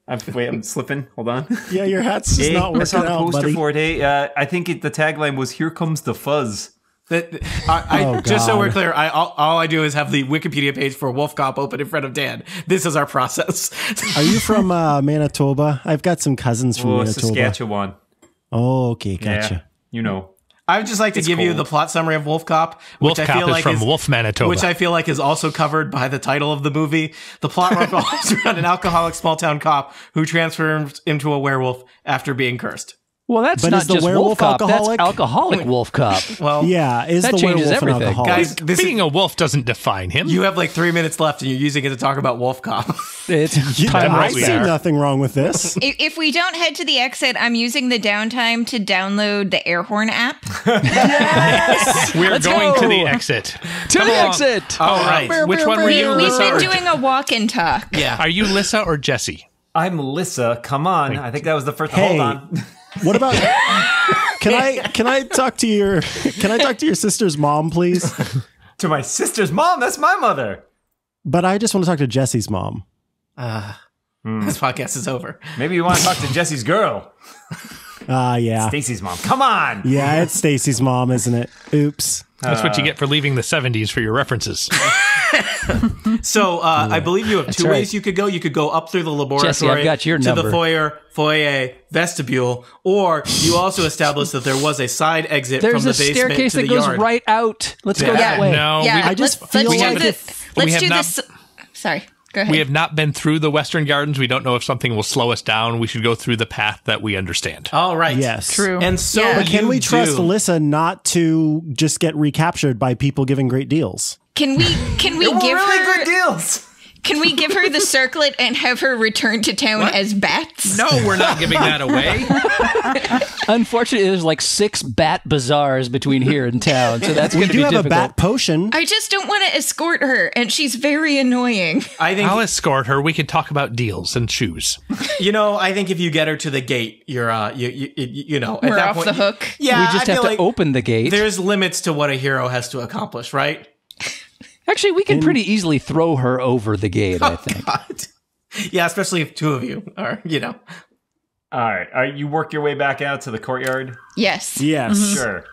A: I'm, wait, I'm slipping. Hold on.
F: Yeah, your hat's just
A: Hey,
F: not
A: I
F: working
A: saw the
F: out,
A: poster
F: buddy.
A: for it. Hey, uh, I think it, the tagline was "Here comes the fuzz."
E: That, I, I,
F: Oh,
E: just so
F: God.
E: we're clear, I, all, all I do is have the Wikipedia page for Wolf Cop open in front of Dan. This is our process. [LAUGHS]
F: Are you from uh, Manitoba? I've got some cousins from
A: Oh,
F: Manitoba.
A: Saskatchewan.
F: Oh, okay,
A: Yeah,
F: gotcha.
A: you know.
E: I would just like to give you
A: cold.
E: the plot summary of Wolf Cop,
C: Wolf
E: which I
C: Cop
E: feel
C: is
E: like
C: from
E: is,
C: Wolf, Manitoba.
E: which I feel like is also covered by the title of the movie.
C: [LAUGHS]
E: The plot revolves around an alcoholic small town cop who transforms into a werewolf after being cursed.
D: well that's
F: But
D: not
F: is the
D: just Wolf
F: werewolf
D: Cop.
F: alcoholic?
D: That's alcoholic Wolf Cop.
E: Well,
F: Yeah, is
D: That
F: the
D: changes
F: werewolf an
D: everything.
F: alcoholic?
E: guys, this
C: Oh. Being
E: is,
C: a wolf doesn't define him.
E: you have like three minutes left, and you're using it to talk about Wolf Cop. [LAUGHS]
D: It's
F: You-
D: time
F: I
C: right
F: see
C: we are.
F: nothing wrong with this.
B: If, if we don't head to the exit, I'm using the downtime to download the air horn app.
C: [LAUGHS] We're going
D: go.
C: to the exit.
D: to
C: Come
D: the
C: along.
D: exit.
E: Oh,
C: All right. Which one were
B: We,
C: you,
B: have
C: Lissa?
B: been
C: Or,
B: doing a walk and talk.
C: are you Lissa or Jesse?
A: I'm Lissa. Come on. I think that was the first.
F: Hey.
A: Hold on.
F: What about? Can I can I talk to your can I talk to your sister's mom, please?
A: to my sister's mom. That's my mother.
F: But I just want to talk to Jesse's mom.
E: This podcast is over.
A: Maybe you want to talk to Jesse's girl.
F: Ah, yeah.
A: Stacy's mom. Come on.
F: yeah, it's Stacy's mom, isn't it? Oops.
C: That's what you get for leaving the 70s for your references.
E: So uh, I believe you have two
D: right.
E: ways you could go. You could go up through the laboratory
D: Jesse, I've got your
E: to the
D: number.
E: foyer, foyer, vestibule, or you also established that there was a side exit
D: There's
E: from
D: a
E: the basement
D: staircase
E: to the
D: that goes
E: yard.
D: right out. Let's go
E: Yeah.
D: that way.
C: No,
B: yeah.
C: we-
F: I just
B: let's,
F: feel
B: let's
F: like
B: do
C: it-
B: this.
C: we
B: Let's
C: have
B: do
C: not-
B: this. Sorry, go ahead.
C: We have not been through the Western Gardens. We don't know if something will slow us down. We should go through the path that we understand.
E: All right.
F: Yes.
H: True.
E: And so
B: Yeah. But
F: Can
E: you
F: we trust
E: do.
F: Alyssa not to just get recaptured by people giving great deals?
B: can we can we give
E: really
B: her
E: good deals.
B: can we give her the circlet and have her return to town as bats?
C: No, we're not giving that away.
D: Unfortunately, there's like six bat bazaars between here and town, so that's
F: We
D: going to
F: do
D: be
F: have
D: difficult.
F: a bat potion.
B: I just don't want to escort her, and she's very annoying.
E: I think
C: I'll escort her. We can talk about deals and shoes.
E: you know. I think if you get her to the gate, you're uh, you you, you, you know, at
B: We're
E: that
B: off
E: point,
B: the hook.
E: Yeah,
D: we just
E: I
D: have
E: feel
D: to
E: like
D: open the gate.
E: There's limits to what a hero has to accomplish, right? [LAUGHS]
D: Actually, we can pretty easily throw her over the gate.
E: [LAUGHS]
D: I think.
E: God. Yeah, especially if two of you are, you know.
A: All right. All right. You work your way back out to the courtyard.
B: Yes.
F: Yes.
A: Sure.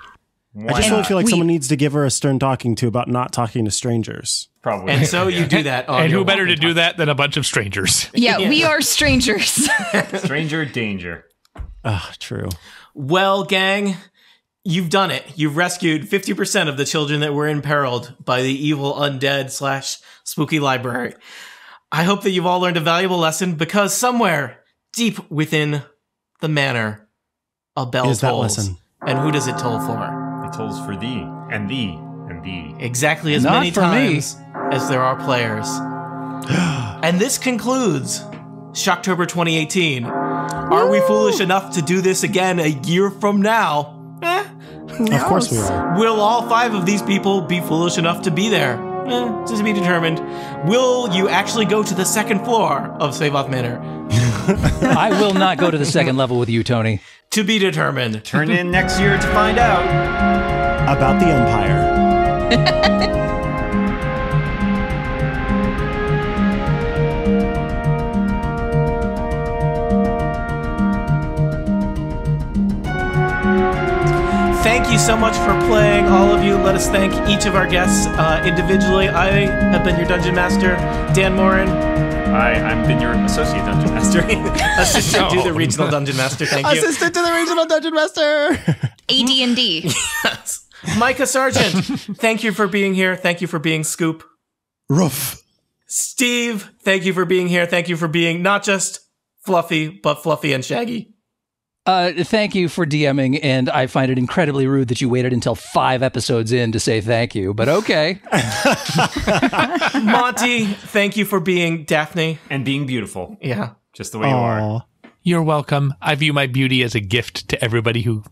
A: Why
F: I just
A: not?
F: really feel like
B: We-
F: someone needs to give her a stern talking to about not talking to strangers.
A: probably.
E: And so you do that. On
C: and
E: your
C: who better
E: walk
C: to
E: and
C: do that than a bunch of strangers?
B: Yeah, we are strangers. [LAUGHS]
A: stranger danger.
F: Ah, true.
E: Well, gang, you've done it. You've rescued 50% of the children that were imperiled by the evil undead slash spooky library. I hope that you've all learned a valuable lesson because somewhere deep within the manor, a bell
F: Is that
E: tolls.
F: lesson?
E: And who does it toll for?
A: It tolls for thee and thee and thee.
E: Exactly as
D: Not
E: many
D: for me.
E: times as there are
D: [GASPS]
E: players. and this concludes Shocktober 2018. Are we foolish enough to do this again a year from now? Eh,
F: Of course we are.
E: Will all five of these people be foolish enough to be there? Eh, just to be determined. Will you actually go to the second floor of Savoth Manor?
D: I will not go to the second level with you, Tony.
E: To be determined.
A: Turn in next year to find out.
F: About the Empire.
E: Thank you so much for playing, all of you. Let us thank each of our guests uh, individually. I have been your Dungeon Master, Dan Morin,
A: I, I've been your associate dungeon master. [LAUGHS]
E: assistant to
C: No.
E: the regional Dungeon Master. Thank you.
F: Assistant to the regional dungeon master.
B: AD&D.
E: Micah Sargent, thank you for being here. Thank you for being Scoop.
F: Roof.
E: Steve, thank you for being here. Thank you for being not just fluffy, but fluffy and shaggy.
D: Uh, thank you for DMing, and I find it incredibly rude that you waited until five episodes in to say thank you. But okay,
E: Monty, thank you for being Daphne.
A: and being beautiful,
E: Yeah.
A: just the way you are.
F: Aw.
C: You're welcome. I view my beauty as a gift to everybody who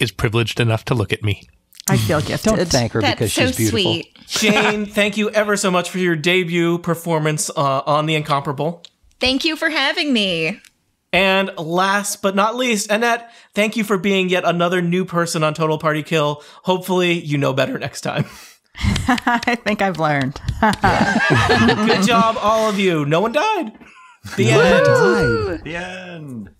C: is privileged enough to look at me.
H: I feel gifted.
D: don't thank her
B: That's
D: because
B: so
D: she's beautiful.
B: sweet.
E: Jane, thank you ever so much for your debut performance uh, on The Incomparable.
B: Thank you for having me.
E: And last but not least, Annette, thank you for being yet another new person on Total Party Kill. Hopefully, you know better next time. [LAUGHS]
H: [LAUGHS] I think I've learned.
E: Good job, all of you. No one died. The end.
F: Hi.
A: The end.